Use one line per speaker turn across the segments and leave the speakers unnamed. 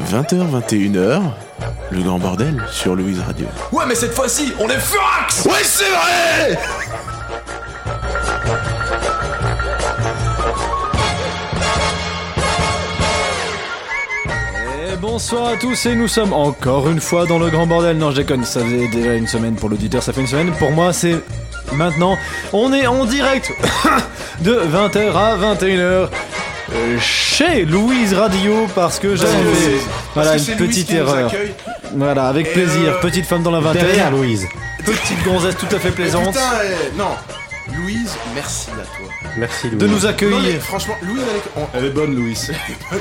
20h, 21h, le grand bordel sur Louise Radio.
Ouais, mais cette fois-ci, on est furax
Ouais, c'est vrai
Et bonsoir à tous et nous sommes encore une fois dans le grand bordel. Non, je déconne, ça faisait déjà une semaine pour l'auditeur, ça fait une semaine. Pour moi, c'est maintenant. On est en direct de 20h à 21h. euh, Chez Louise Radio parce que j'avais
que c'est-
fait
Parce
voilà
que c'est
une
Louise
petite
qui nous
erreur.
accueille.
Voilà, avec
Et
plaisir.
euh,
Petite femme dans la vingtaine,
Derrière Louise.
petite gonzesse tout à fait plaisante
Putain, eh, non. Louise, merci à toi.
Merci Louise.
de nous
Non, mais
accueillir.
franchement, Louise, elle est, on-
Elle est bonne, Louise.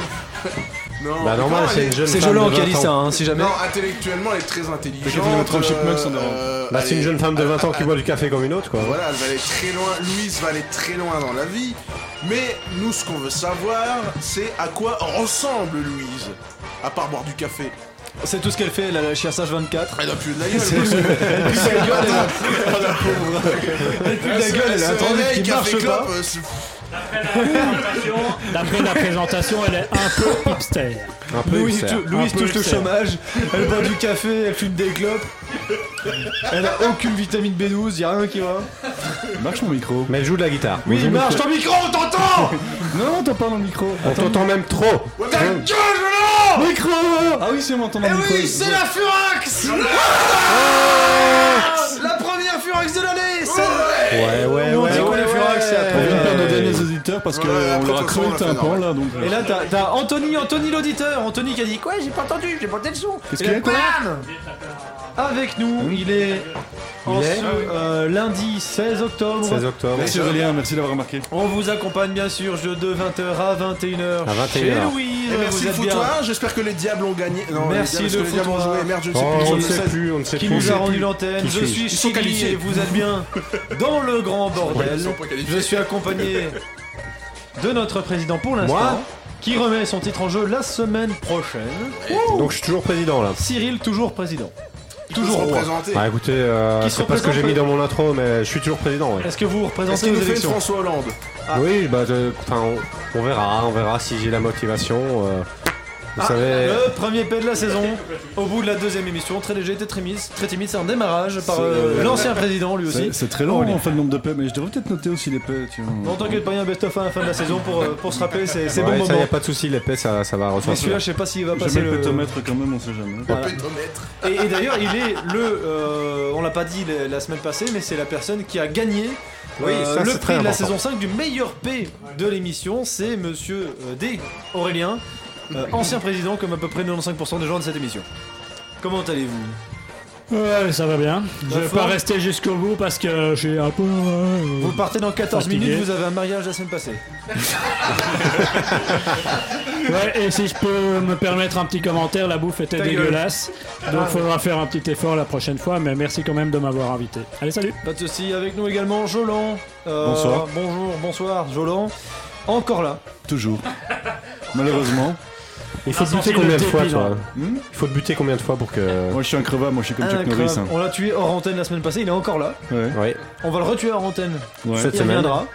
non,
Bah normal,
non, elle
c'est
est-
une jeune
C'est
femme.
Jolan
de
qui a
20
dit
ans.
ça, hein, si jamais.
Non, intellectuellement, elle est très
J'ai fait les
intelligente.
Trump Chipmunks en avant.
Bah c'est
elle
une
est-
jeune femme de 20 ans qui
elle-
boit du café comme une autre quoi.
Voilà, elle va aller très loin. Louise va aller très loin dans la vie. Mais nous, ce qu'on veut savoir, c'est à quoi ressemble Louise. À part boire du café.
C'est tout ce qu'elle fait, elle a la chiassage 24.
Elle a plus de la gueule. parce que- Elle a
Elle pue de la gueule, elle a un
réveille,
tendon qui
café
marche pas.
clope, euh, c'est-
D'après la présentation, elle est un peu hipster.
Un peu
Louise,
hipster.
tou- Louise
Un peu
touche le
hipster.
chômage, elle boit du café, elle fume des clopes. Elle a aucune vitamine B12, y a rien qui va.
Marche mon micro.
Mais elle joue de la guitare.
Oui, il marche, ton micro, on t'entend
Non, non, t'en parles en micro.
On t'entend même trop.
Ta gueule, Jolan
Micro Ah oui, c'est mon entend en
Eh
micro.
oui, c'est la Furax La première Furax de l'année celle-
Ouais, ouais,
On
ouais.
dit qu'on est furax, c'est
On vient de perdre
après.
nos derniers auditeurs parce qu'on
Ouais, hein, après,
leur
de
a
toute façon,
crevé le
on l'a fait
tympan
normal.
là. Donc,
Et là, t'as- t'as Anthony, Anthony l'auditeur, Anthony qui a dit Quoi, j'ai pas entendu, j'ai pas entendu le son.
Qu'est-ce
Et
qu'il y a,
là, bam Avec nous, il est. en
Il est
ce, euh, lundi 16 octobre.
16 octobre.
Merci Aurélien, merci d'avoir remarqué.
On vous accompagne bien sûr, jeu de 20h à 21h.
À 21h.
Chez Louise,
Et merci
vous
Eh ben, le
êtes bien.
foutoir, j'espère que les diables ont gagné. Non,
Merci
les diables, est-ce
le
que les diables ont
foutoir.
joué. Merde, je ne sais
Oh,
plus.
on ne
je
sait
sais.
plus, on ne sait
qui
plus.
nous a rendu l'antenne.
Qui
Je
suis-je
suis
Ils sont
Chili
qualifiés.
et vous êtes bien dans le grand
Ils
bordel.
sont pas qualifiés.
Je suis accompagné de notre président pour
Moi
l'instant qui remet son titre en jeu la semaine prochaine.
Donc je suis toujours président là.
Cyril, toujours président.
Toujours
Toujours roi.
représenté.
Bah écoutez, euh,
Qui se
c'est pas ce que j'ai mis
représente
dans mon intro, mais je suis toujours président. ouais.
Est-ce que vous
Est-ce
représentez
qu'il nous
aux
fait une
élections
François Hollande
Oui, bah de- enfin, on, on verra, hein. on verra si j'ai la motivation. euh, vous
Ah,
savez,
Le premier P de la saison, au bout de la deuxième émission, très léger, très timide, très timide, c'est un démarrage par euh, l'ancien président lui aussi.
C'est c'est très
Oh,
long
il est-
en fait le nombre de paix, mais je devrais peut-être noter aussi les paix. tu vois.
Non, t'inquiète pas, il y a un best-of à la fin de la saison pour, euh, pour se rappeler, c'est c'est
ouais,
bon
ça y
moment.
a pas de souci, l'épée ça, ça va
Mais
ressortir.
celui-là, je sais pas s'il va passer
Jamais le
le.
pétomètre quand même, on sait jamais.
Voilà.
Pétomètre.
Et, et d'ailleurs, il est le. euh, on l'a pas dit la, la semaine passée, mais c'est la personne qui a gagné
Oui,
euh,
ça,
le
c'est
prix
très
de la
important.
saison 5 du meilleur P de l'émission. C'est monsieur euh, D. Aurélien, euh, ancien président, comme à peu près 95% des gens de cette émission. Comment allez-vous
Ouais, ça va bien. Je
La
vais
forme.
pas rester jusqu'au bout parce que je suis un peu. euh,
Vous partez dans 14
Fatigué.
minutes, vous avez un mariage la semaine passée.
Ouais, et si je peux me permettre un petit commentaire, la bouffe était
Ta gueule.
dégueulasse. Donc faudra faire un petit effort la prochaine fois, mais merci quand même de m'avoir invité. Allez, salut.
Pas de soucis, avec nous également Jolan. Euh,
Bonsoir.
Bonjour, bonsoir, Jolan. Encore là.
Toujours. Malheureusement.
Il faut
Ah,
te buter
sorti
combien
le
de fois,
débile,
toi
hein.
Il faut te buter combien de fois pour que.
Moi je suis increvable, moi je suis
Ah,
comme Chuck Norris.
Incroyable.
hein.
On l'a tué hors antenne la semaine passée, il est encore là.
Ouais.
Ouais.
On va le retuer hors antenne.
ouais.
Cette
Il
semaine.
reviendra.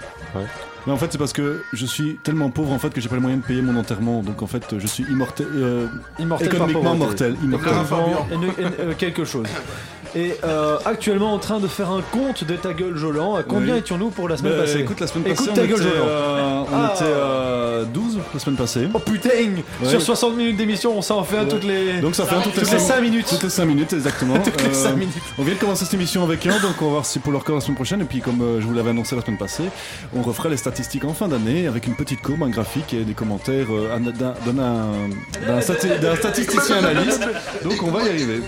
Mais en fait, c'est parce que je suis tellement pauvre en fait que j'ai pas le moyen de payer mon enterrement. Donc en fait, je suis immortel, euh,
Immortel par
économiquement
pauvreté.
mortel, immortel.
Grave.
Vent, et ne- et- euh, quelque chose. Et euh, actuellement en train de faire un compte de ta gueule Jolan. À combien
Oui.
étions-nous pour la semaine
Bah,
passée
écoute, la semaine
Écoute
passée,
ta
on
gueule,
était,
Jolan.
euh, on
Ah.
était euh, 12 la semaine passée.
Oh putain
Ouais.
Sur 60 minutes d'émission, on s'en fait à toutes les. Hein,
Donc ça fait un toutes les
toutes les 5 minutes.
Toutes les 5 minutes, exactement.
Toutes les
Euh,
cinq minutes.
On vient de commencer cette émission avec un, donc on va voir si pour le record la semaine prochaine. Et puis, comme euh, je vous l'avais annoncé la semaine passée, on refera les statistiques en fin d'année avec une petite courbe, un graphique et des commentaires euh, an- d'un d'un- d'un stati- d'un statisticien analyste. Donc on va y arriver.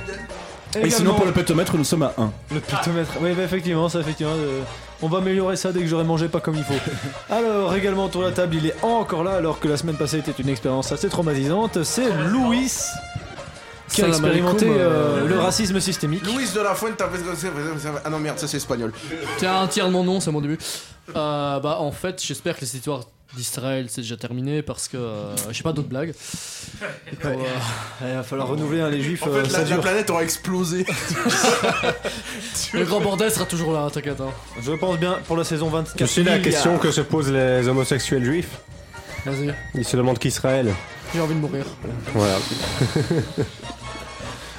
Et sinon, pour le pétomètre, nous sommes à 1.
le pitomètre. Oui, bah, effectivement, ça, effectivement. euh, on va améliorer ça dès que j'aurai mangé pas comme il faut. Alors, également autour de la table, il est encore là, alors que la semaine passée était une expérience assez traumatisante. C'est Louis qui a
Salam
expérimenté
alaikum,
euh,
euh,
le racisme systémique.
Louise de la Fuente. Ah non, merde, ça c'est espagnol.
Euh,
Tiens, un tiers de mon nom, c'est mon début. Euh, bah, en fait, j'espère que les histoires d'Israël, c'est déjà terminé parce que euh, j'ai pas d'autres blagues. Et pour, euh,
Eh, Il va falloir renouveler hein, les juifs,
En
euh,
fait,
ça
la, la
dure.
planète aura explosé.
le grand bordel sera toujours là, hein, t'inquiète. hein.
Je pense bien pour la saison 24.
Tu sais la
il y a-
question que se posent les homosexuels juifs
Vas-y.
Ils se demandent qu'Israël.
J'ai envie de mourir.
Voilà.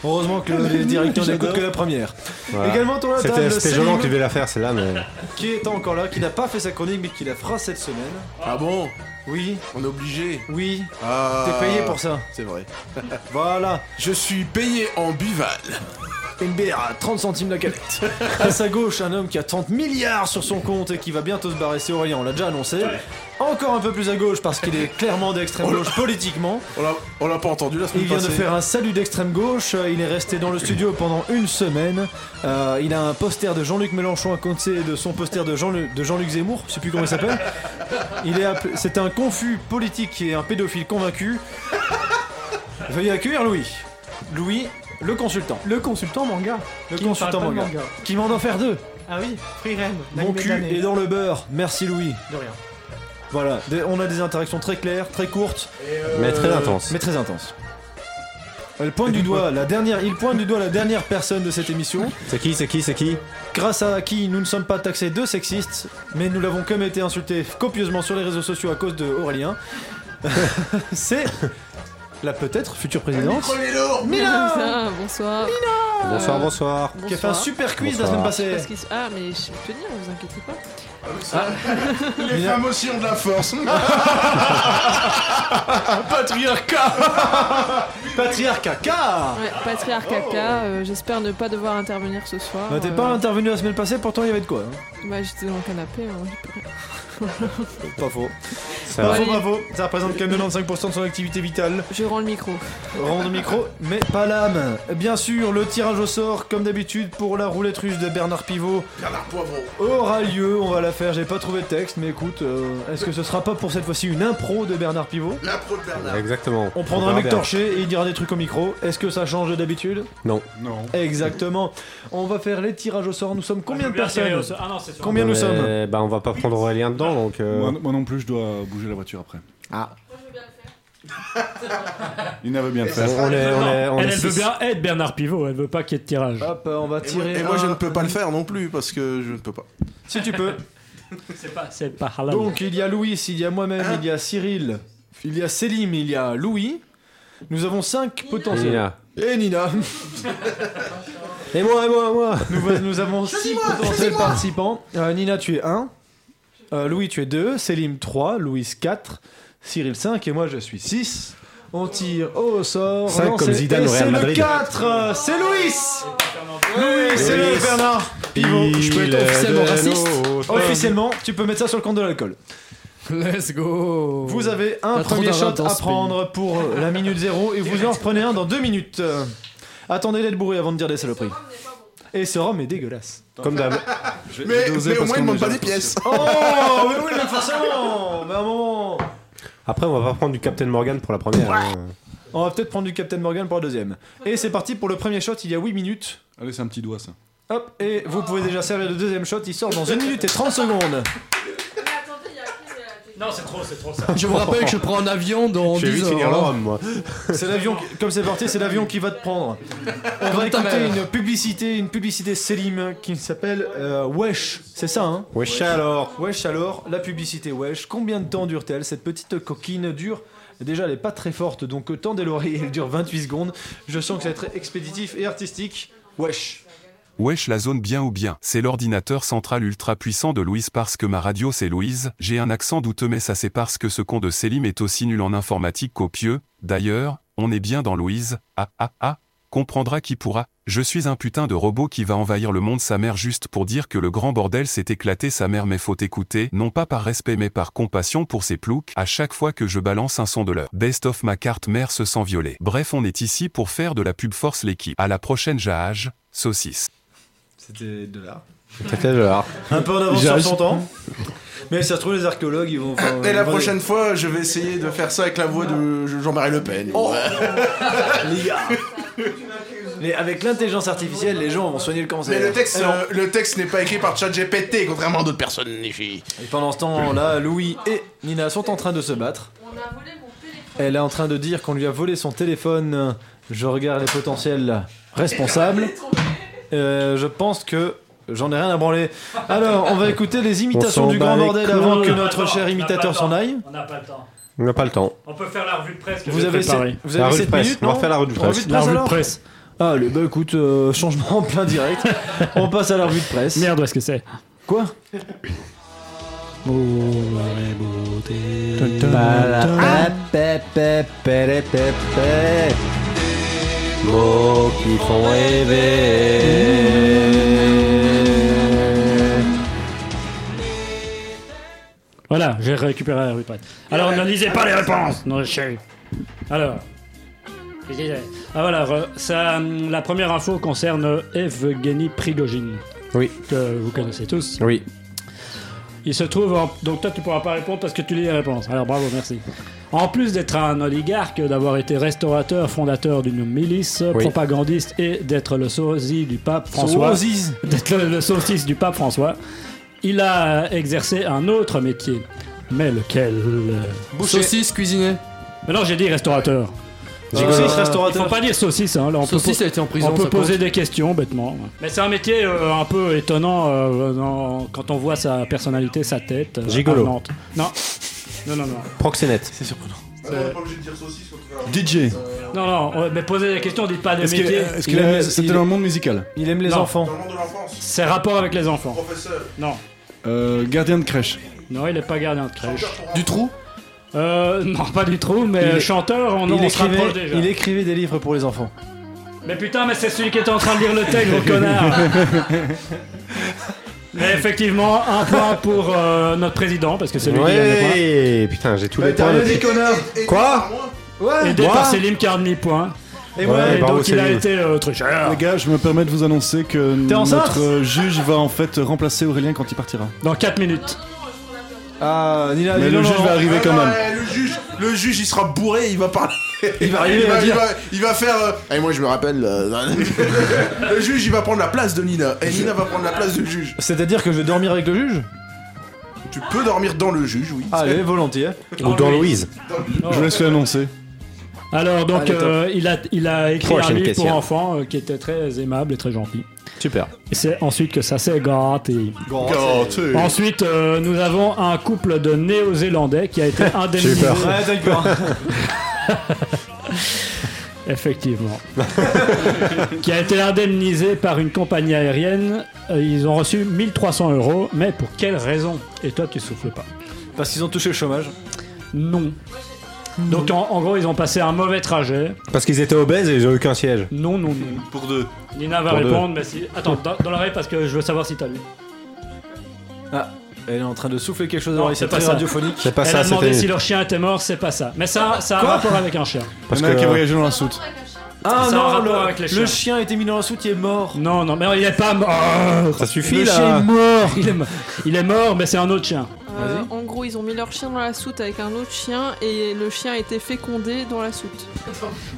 Heureusement que les directeurs n'écoutent que la première.
voilà.
Également, ton
C'était
table,
c'était
Salim,
Jolan qui devait la faire, celle-là, mais.
qui est encore là, qui n'a pas fait sa chronique, mais qui la fera cette semaine.
Ah bon
Oui,
On est obligé.
oui,
Ah,
t'es payé pour ça.
C'est vrai.
Voilà,
Je suis payé en buval.
une bière à 30 centimes la canette. à sa gauche, un homme qui a 30 milliards sur son compte et qui va bientôt se barrer, c'est Aurélien, on l'a déjà annoncé. Encore un peu plus à gauche parce qu'il est clairement
Oh
d'extrême gauche politiquement.
On l'a- On l'a pas entendu la
Il
semaine
vient de
passée.
faire un salut d'extrême gauche, euh, il est resté dans le studio pendant une semaine. Euh, il a un poster de Jean-Luc Mélenchon à côté de son poster de, Jean de Jean-Luc Zemmour, je sais plus comment il s'appelle. Il est appelé- C'est un confus politique et un pédophile convaincu. Veuillez accueillir Louis. Louis, le consultant.
Le consultant manga.
Le
qui ne
consultant
parle pas de
manga. Qui m'en en faire deux
Ah oui, Free Ren.
Mon
l'anime
cul
de l'année.
est dans le beurre. Merci Louis.
De rien.
Voilà, des- on a des interactions très claires, très courtes,
Mais très intense.
Euh, mais très intenses. Elle pointe du doigt la dernière, il pointe du doigt la dernière personne de cette émission,
C'est qui, c'est qui, c'est qui
grâce à qui nous ne sommes pas taxés de sexistes, mais nous l'avons comme été insulté copieusement sur les réseaux sociaux à cause de Aurélien. C'est la peut-être future présidente
Putain, bonsoir.
Bonsoir, bonsoir.
Bonsoir.
qui a fait un super quiz
Bonsoir.
la semaine
Je sais pas
passée.
ce qu'ils- Ah, mais je vais tenir, vous inquiétez pas.
Les femmes aussi ont de la force.
Patriarcat car
Ouais, Patriarche Caca, euh, j'espère ne pas devoir intervenir ce soir.
Bah, T'es
Euh,
pas intervenu la semaine passée, pourtant il y avait de quoi. hein.
Bah, j'étais dans le canapé. hein, j'ai plus rien.
Pas faux.
Ça va.
Bravo, bravo. Ça représente quand même 95% de son activité vitale.
Je rends le micro.
Rond de micro, mais pas l'âme. Bien sûr, le tirage au sort, comme d'habitude, pour la roulette russe de Bernard Pivot
Bernard Poivron.
aura lieu. On va la faire. J'ai pas trouvé de texte, mais écoute, euh, est-ce que ce sera pas pour cette fois-ci une impro de Bernard Pivot
L'impro de Bernard.
Exactement.
On prendra
verra
un mec
bien.
torché et il dira des trucs au micro. Est-ce que ça change de d'habitude
Non.
Non.
Exactement. On va faire les tirages au sort. Nous sommes combien de
Bien serré au
personnes
sol. Ah non, c'est sûr.
Combien nous
Mais,
sommes
Bah, on va pas prendre Aurélien dedans, donc. euh,
Moi, moi non plus, je dois bouger la voiture après. Ah. Il n'avait bien le
on,
faire.
on est, on est, on
Elle,
est
elle veut
six.
bien être Bernard Pivot, elle veut pas qu'il y ait de tirage.
Hop, euh, on va
Et moi,
tirer.
et moi, je
un-
ne peux pas le faire non plus parce que je ne peux pas.
Si tu peux.
C'est pas, c'est pas halal.
Donc il y a Louis, il y a moi-même, il y a Cyril, il y a Selim, il y a Louis. Nous avons 5
Et euh,
potentiels.
Nina.
Et Nina.
Et moi, et moi, et moi
Nous, vo- nous avons 6 potentiels participants. Euh, Nina, tu es 1. Louis, tu es 2. Selim, 3. Louis, 4. Cyril, 5. Et moi, je suis 6. On tire au sort.
Cinq
lancé,
comme Zidane
et
au Real
c'est le
Madrid.
4. C'est Louis. Louis, c'est
Louis.
le Bernard. Pivot.
Je peux être officiellement raciste.
Officiellement, tu peux mettre ça sur le compte de l'alcool.
Let's go
Vous avez un
Pas trop
premier shot
d'argent dans
à
ce
prendre pour euh, la minute zéro et vous en reprenez un dans deux minutes. Euh, attendez d'être bourré avant de dire des saloperies. Et ce rhum est dégueulasse.
Comme d'hab.
Mais,
doser
mais au moins, il
parce qu'on
ne
est
demande pas des
déjà
pièces.
Oh, mais oui, mais forcément Mais à un moment
Après, on va pas prendre du Captain Morgan pour la première. hein.
On va peut-être prendre du Captain Morgan pour la deuxième. Et c'est parti pour le premier shot, il y a 8 minutes.
Allez, c'est un petit doigt ça.
Hop, et vous pouvez déjà servir le deuxième shot, il sort dans 1 minute et 30 secondes.
Non, c'est trop, c'est trop ça.
Je vous rappelle que je prends un avion dans
Je vais
10
vite finir le
heures.
rhum, moi.
C'est l'avion, qui- comme c'est parti, c'est l'avion qui va te prendre. On va
ta
écouter
mère.
une publicité, une publicité Selim qui s'appelle euh, Wesh, c'est ça hein
Wesh alors
Wesh alors, la publicité Wesh, combien de temps dure-t-elle Cette petite coquine dure. Déjà, elle est pas très forte, donc autant des l'oreille, elle dure 28 secondes. Je sens que ça va être expéditif et artistique. Wesh.
Wesh la zone bien ou bien, c'est l'ordinateur central ultra puissant de Louise parce que ma radio c'est Louise, j'ai un accent douteux mais ça c'est parce que ce con de Selim est aussi nul en informatique qu'opieux, d'ailleurs, on est bien dans Louise, ah ah ah, comprendra qui pourra, je suis un putain de robot qui va envahir le monde sa mère juste pour dire que le grand bordel s'est éclaté sa mère mais faut écouter, non pas par respect mais par compassion pour ces ploucs, à chaque fois que je balance un son de leur best of ma carte mère se sent violée, bref on est ici pour faire de la pub force l'équipe, à la prochaine Jahage, saucisse.
C'était de l'art.
C'était le hard.
Un peu en avance
J'ai
sur
réussi.
son temps. Mais ça se trouve, les archéologues, ils vont. enfin,
Et
ils
la
vont-
prochaine fois, je vais essayer de faire ça avec la voix de Jean-Marie Le Pen.
Les gars. Mais avec l'intelligence artificielle, les gens vont soigner le cancer.
Mais le texte,
Eh non.
euh, le texte n'est pas écrit par ChatGPT, contrairement à d'autres personnes ici.
Et pendant ce temps, là, Louis et Nina sont en train de se battre. Elle est en train de dire qu'on lui a volé son téléphone. Je regarde les potentiels responsables. Euh, je pense que j'en ai rien à branler. Alors, on va écouter les
On
imitations
s'en
du
bat
grand
les
bordel
couilles.
On
avant que
a pas
notre
le temps,
cher
on a pas
imitateur
le
s'en
temps.
aille.
On n'a pas le temps.
On n'a pas le temps.
On peut faire la revue de presse.
Vous avez, sept- vous avez
La revue
7
de presse.
minutes,
On va
non
faire la revue de presse.
La revue de
alors
presse.
Allez, bah écoute, euh, changement en plein direct. On passe à la revue de presse.
Merde, où est-ce que c'est
Quoi Ah,
Mots qui font rêver.
Voilà, j'ai récupéré la revue de presse. Alors, ne lisez pas les réponses, non, chérie. Alors. Ah voilà, re- ça, hum, la première info concerne Evgeny Prigogine.
Oui.
Que vous connaissez tous.
Oui.
Il se trouve en- Donc toi, tu pourras pas répondre parce que tu lis les réponses. Alors bravo, merci. En plus d'être un oligarque, d'avoir été restaurateur, fondateur d'une milice,
Oui.
propagandiste et d'être le sosie du pape François, d'être le, le saucisse du pape François, il a exercé un autre métier. Mais lequel
Saucisse cuisinée.
Mais non, j'ai dit restaurateur.
Saucisse,
Il faut
restaurateur.
pas dire saucisse, hein. Là, on peut
Saucisse a été en prison.
on peut
ça
poser
compte.
des questions bêtement. Mais c'est un métier euh, un peu étonnant euh, dans- quand on voit sa personnalité, sa tête. euh,
Gigolo.
avenante. Non. Non, non, non.
Proxénète.
Ah, on est pas obligé de dire saucisse, faut trouver un-
DJ.
Non, non, ouais, mais posez des questions, dites pas des
Est-ce qu'il
métiers.
est-ce
Il
qu'il
aime
a-
les-
C'était
il-
dans le monde musical.
Il aime les
Non.
enfants.
Dans le monde de l'enfance,
C'est rapport avec les enfants.
professeur.
Non.
Euh, gardien de crèche.
Non, il est pas gardien de crèche.
Du trou
Euh, non, pas du tout, mais
Il est-
chanteur, on,
il,
on se rapproche
écrivait,
déjà.
il écrivait des livres pour les enfants.
Mais putain, mais c'est celui qui était en train de lire le texte, gros connard Mais effectivement, un point pour euh, notre président, parce que c'est lui qui gagne le point.
Ouais, putain, j'ai
Bah,
tous les points.
Et- et- et-
Quoi
moi,
Ouais,
Aidé
Moi
par Célim qui a un demi-point.
et
Ouais,
voilà.
et
bravo,
donc il a
Célim.
été euh, tricheur.
Les gars, je me permets de vous annoncer que
Ah. T'es enceinte
notre euh, juge va en fait remplacer Aurélien quand il partira.
Dans 4 minutes.
Ah, ni là,
Mais
ni
le
là,
juge
non.
va arriver
Ah
quand
non,
même.
eh, Le juge, le juge, il sera bourré, il va parler.
Il va arriver,
il,
il
va,
va
il
dire-
va- il va faire. euh, Et moi, je me rappelle. euh, le juge, il va prendre la place de Nina. Et Nina va prendre la place du juge.
C'est-à-dire que je vais dormir avec le juge
Tu peux dormir dans le juge, oui.
Allez, Ah, volontiers.
Ou
Ah
dans Louise.
Je vous laisse l'annoncer.
Alors donc
Allez, top.
euh, il, a, il a écrit
Prochaine
un livre
question.
pour enfants euh, qui était très aimable et très gentil.
Super.
Et c'est ensuite que ça s'est gâté.
Gâté.
Ensuite euh, nous avons un couple de néo-zélandais qui a été indemnisé.
Ouais, t'as eu peur.
Effectivement. qui a été indemnisé par une compagnie aérienne. Euh, Ils ont reçu 1300 euros. Mais pour quelle raison Et toi tu souffles pas
Parce qu'ils ont touché le chômage.
Non. Donc en, en gros ils ont passé un mauvais trajet.
Parce qu'ils étaient obèses et ils ont eu qu'un siège.
Non, non, non.
Pour deux.
Nina va
Pour deux. Ah,
répondre, mais si. Attends, dans, dans l'oreille parce que je veux savoir si t'as lu.
Ah, Elle est en train de souffler quelque chose
Non,
dans l'oreille,
c'est
c'est
pas
très
ça.
radiophonique.
C'est pas
Elle
ça,
a demandé
c'était.
si leur chien était mort, c'est pas ça. Mais
Ah,
ça, ça a un rapport avec un chien.
Parce
Il y en a qui a
que.
voyagé dans la soute.
Ah
Ça a un
non,
rapport
le,
avec les chiens.
le chien a été mis dans la soute, il est mort.
Non, non, mais non, il est pas mort.
Ça suffit
Le chien est
là.
mort. Il est, mo- il est mort, mais c'est un autre chien.
Euh, en gros, ils ont mis leur chien dans la soute avec un autre chien et le chien a été fécondé dans la soute.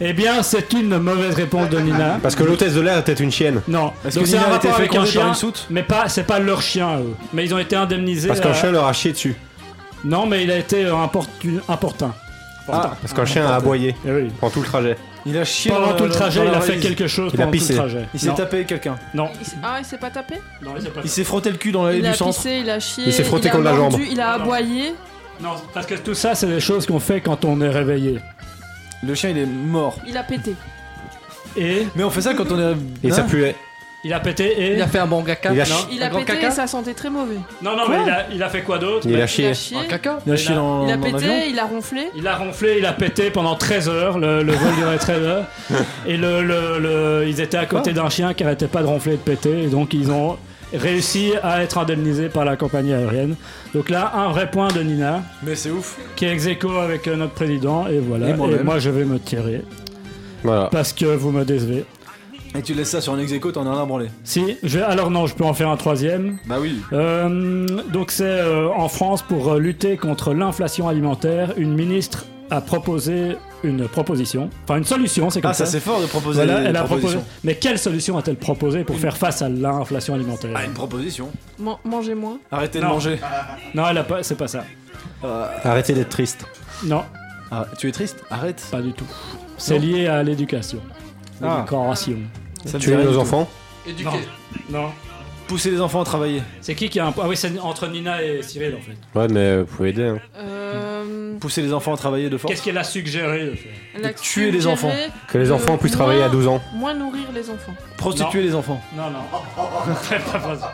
Eh bien, c'est une mauvaise réponse de Nina.
Parce que l'hôtesse de l'air était une chienne.
Non,
Est-ce que
donc c'est un
Nina a été
rapport avec un
fécondée par
chien,
une soute
mais pas, c'est pas leur chien. eux. Mais ils ont été indemnisés.
Parce
euh,
qu'un chien leur a chié dessus.
Non, mais il a été euh, importun. importun. Importun.
Parce qu'un chien a aboyé
Eh oui.
pendant tout le trajet.
Il a chié dans
Pendant
la-
tout le
euh, dans
trajet,
la
il a fait
valise.
quelque chose
Il a
pendant tout
pissé.
le trajet.
Il s'est
Non.
tapé quelqu'un.
Non,
Il s- Ah, il s'est pas tapé
non, il s'est pas
Ah, Il s'est frotté le cul dans l'allée
Il
du
a
centre.
pissé, il a chié.
Il s'est frotté
a
contre la
mordu,
jambe.
Il a
Non.
aboyé.
Non, parce que tout ça, c'est des choses qu'on fait quand on est réveillé.
Le chien, il est mort.
Il a pété.
Et
Mais on fait ça quand on est.
Et
Ah.
Hein
ça puait.
il a pété et.
Il a fait un bon caca.
Il a
non
chi-
Il a
Un grand
pété
caca
et ça sentait très mauvais.
Non, non, mais il a, il a fait quoi d'autre
Il
Mais
a
Il
chié.
a chié.
Un caca
Il a chié
Il a-
dans
Il a
dans l'avion.
pété, il a ronflé.
il a ronflé, il a pété pendant 13 heures. Le, le vol durait 13 heures. Et le, le- le- ils étaient à
Ah.
côté d'un chien qui arrêtait pas de ronfler et de péter. Et donc, ils ont réussi à être indemnisés par la compagnie aérienne. Donc là, un vrai point de Nina,
Mais c'est ouf.
qui est ex aequo avec euh, notre président. Et voilà.
Et moi-même.
et moi, je vais me tirer.
Voilà.
Parce que vous me décevez.
Et tu laisses ça sur un ex t'en as un à branler.
Si, je vais- alors non, je peux en faire un troisième.
Bah oui.
Euh, donc c'est euh, en France pour euh, lutter contre l'inflation alimentaire, une ministre a proposé une proposition, enfin une solution, c'est comme
Ah, ça c'est fort de proposer
Voilà,
une
elle a proposé.
proposition.
Mais quelle solution a-t-elle proposé pour faire face à l'inflation alimentaire
Ah, une proposition.
Man- Mangez moins.
Arrêtez de
Non.
manger.
Non, elle a pas, c'est pas ça.
Arrêtez d'être triste.
Non,
Ah, tu es triste Arrête.
pas du tout. C'est
Non.
lié à l'éducation.
Ah.
L'éducation. Bah,
Ça me
Tuer
fait rien
nos
du tout.
enfants.
Non.
Éduqué.
non.
Pousser les enfants à travailler.
C'est qui qui a un Ah oui, c'est entre Nina et Cyril en fait.
Ouais, mais vous pouvez aider. hein.
Euh,
Pousser les enfants à travailler de force.
Qu'est-ce qu'elle a suggéré de faire
Elle a
De tuer les
suggéré
enfants.
Que les
de
enfants puissent
moins-
travailler à 12 ans.
Moins nourrir les enfants.
Prostituer
Non.
les enfants.
Non, non. Elle a proposé-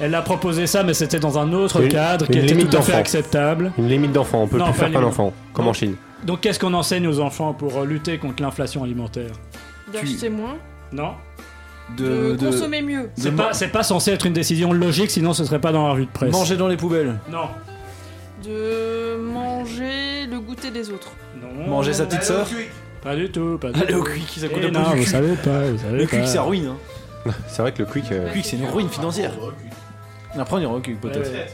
Elle a proposé ça, mais c'était dans un autre
Une-
cadre qui
une
était
limite
tout à fait
d'enfant.
acceptable.
Une limite d'enfants, on peut
Non,
plus
pas
faire
une
qu'un
limite.
enfant, comme
Non.
en Chine.
Donc qu'est-ce qu'on enseigne aux enfants pour euh, lutter contre l'inflation alimentaire
D'acheter moins.
Non
De,
De, de-
consommer mieux.
C'est
de
pas, c'est pas censé être une décision logique, sinon ce serait pas dans la rue de presse.
manger dans les poubelles.
Non.
De manger le goûter des autres.
Non.
Manger sa petite sœur.
Pas du tout, pas du
Aller
tout.
au quick, ça coûte
Eh
un peu
non,
du
vous
cul.
savez pas, vous savez
Le
pas.
quick, ça ruine. Hein.
C'est vrai que le quick. euh,
Le quick, c'est une ruine financière. Après, on ira au quick,
Ouais,
peut-être.
ouais.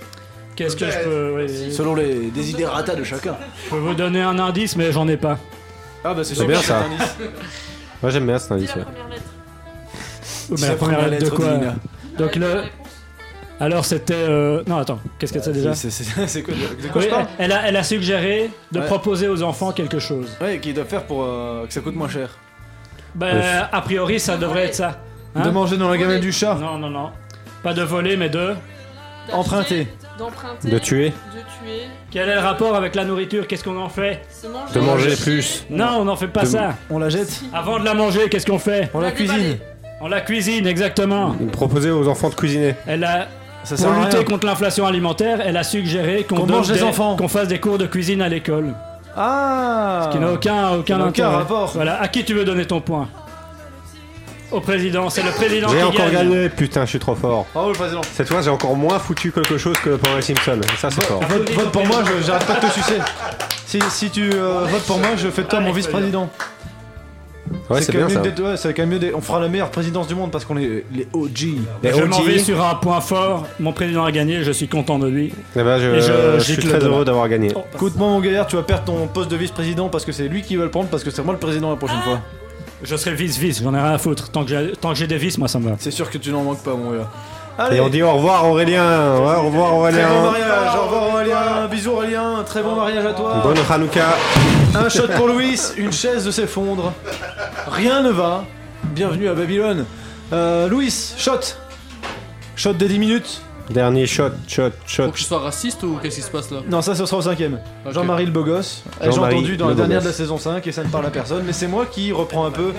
Qu'est-ce que je peux... ouais, je
Selon les désidératas de chacun.
peux vous donner un indice, mais j'en ai pas.
Ah bah c'est
C'est
sûr
bien,
que c'est
ça.
un indice.
Moi j'aime bien cet
Dis
indice.
la
ouais.
première lettre.
Mais la première lettre de quoi
Nina.
Donc
La
le...
réponse.
Alors c'était... euh, Non, attends, qu'est-ce que c'est déjà
C'est- C'est c'est quoi de de quoi
Oui,
je parle
elle, a, elle a suggéré de
Ouais.
proposer aux enfants quelque chose.
Ouais, qu'ils doivent faire pour euh, que ça coûte moins cher.
Ben, a priori, ça devrait être ça. Hein
de manger dans la gamelle du chat.
Non, non, non. Pas de voler, mais de.
D'acheter,
Emprunter.
D'emprunter.
De tuer,
De tuer.
Quel est le rapport avec la nourriture Qu'est-ce qu'on en fait
Se manger.
de manger plus.
Non, on n'en fait pas
De-
ça.
On la jette
Avant de la manger, qu'est-ce qu'on fait
On la
La déballer.
cuisine
On la cuisine, exactement.
Proposer aux enfants de cuisiner.
Elle a,
Ça sert
pour
à rien.
lutter contre l'inflation alimentaire, elle a suggéré qu'on
Qu'on
donne
mange les
des-
enfants.
qu'on fasse des cours de cuisine à l'école,
Ah
qui n'a aucun aucun,
Aucun
intérêt.
rapport.
Voilà. À qui tu veux donner ton point Au président. C'est le président qui
J'ai encore
gagne.
gagné, putain, je suis trop fort.
Bravo le président
Cette fois, j'ai encore moins foutu quelque chose que pendant les Simpsons. Et ça, c'est fort.
Vote, vote pour moi, je- j'arrête pas de te sucer. Si, si tu euh, votes pour moi, je fais de toi mon vice-président.
Ouais, c'est
quand
bien
même
ça.
une des- ouais, c'est quand même mieux des- On fera la meilleure présidence du monde parce qu'on est les OG.
Et
Je m'en
Oti,
vais sur un point fort. Mon président a gagné. Je suis content de lui.
eh ben,
Et
je,
je-
je suis
gicle
très
de
heureux d'avoir gagné.
Écoute-moi mon gaillard, tu vas perdre ton poste de vice-président parce que c'est lui qui va le prendre parce que c'est moi le président la prochaine fois.
Ah.
Je serai vice-vice, j'en ai rien à foutre. Tant que j'ai, tant que j'ai des vices, moi ça me va.
C'est sûr que tu n'en manques pas mon gars.
Et
Allez,
on dit au revoir Aurélien. Ouais, au revoir
très bon
Aurélien.
mariage, au revoir Aurélien, bisous Aurélien, très bon mariage à toi.
Bonne Hanouka.
Un shot pour Louis, une chaise de s'effondre. Rien ne va. Bienvenue à Babylone. Euh, Louis, shot. Shot des 10 minutes.
Dernier shot, shot,
Faut
shot.
que je sois raciste ou qu'est-ce qui se passe là
Non, ça, ce sera au cinquième.
Ok.
Jean-Marie le beau gosse. J'ai
Jean-Marie
entendu dans
le
la
beau
dernière de
gosse.
la saison 5 et ça ne parle à personne. Mais c'est moi qui reprends un peu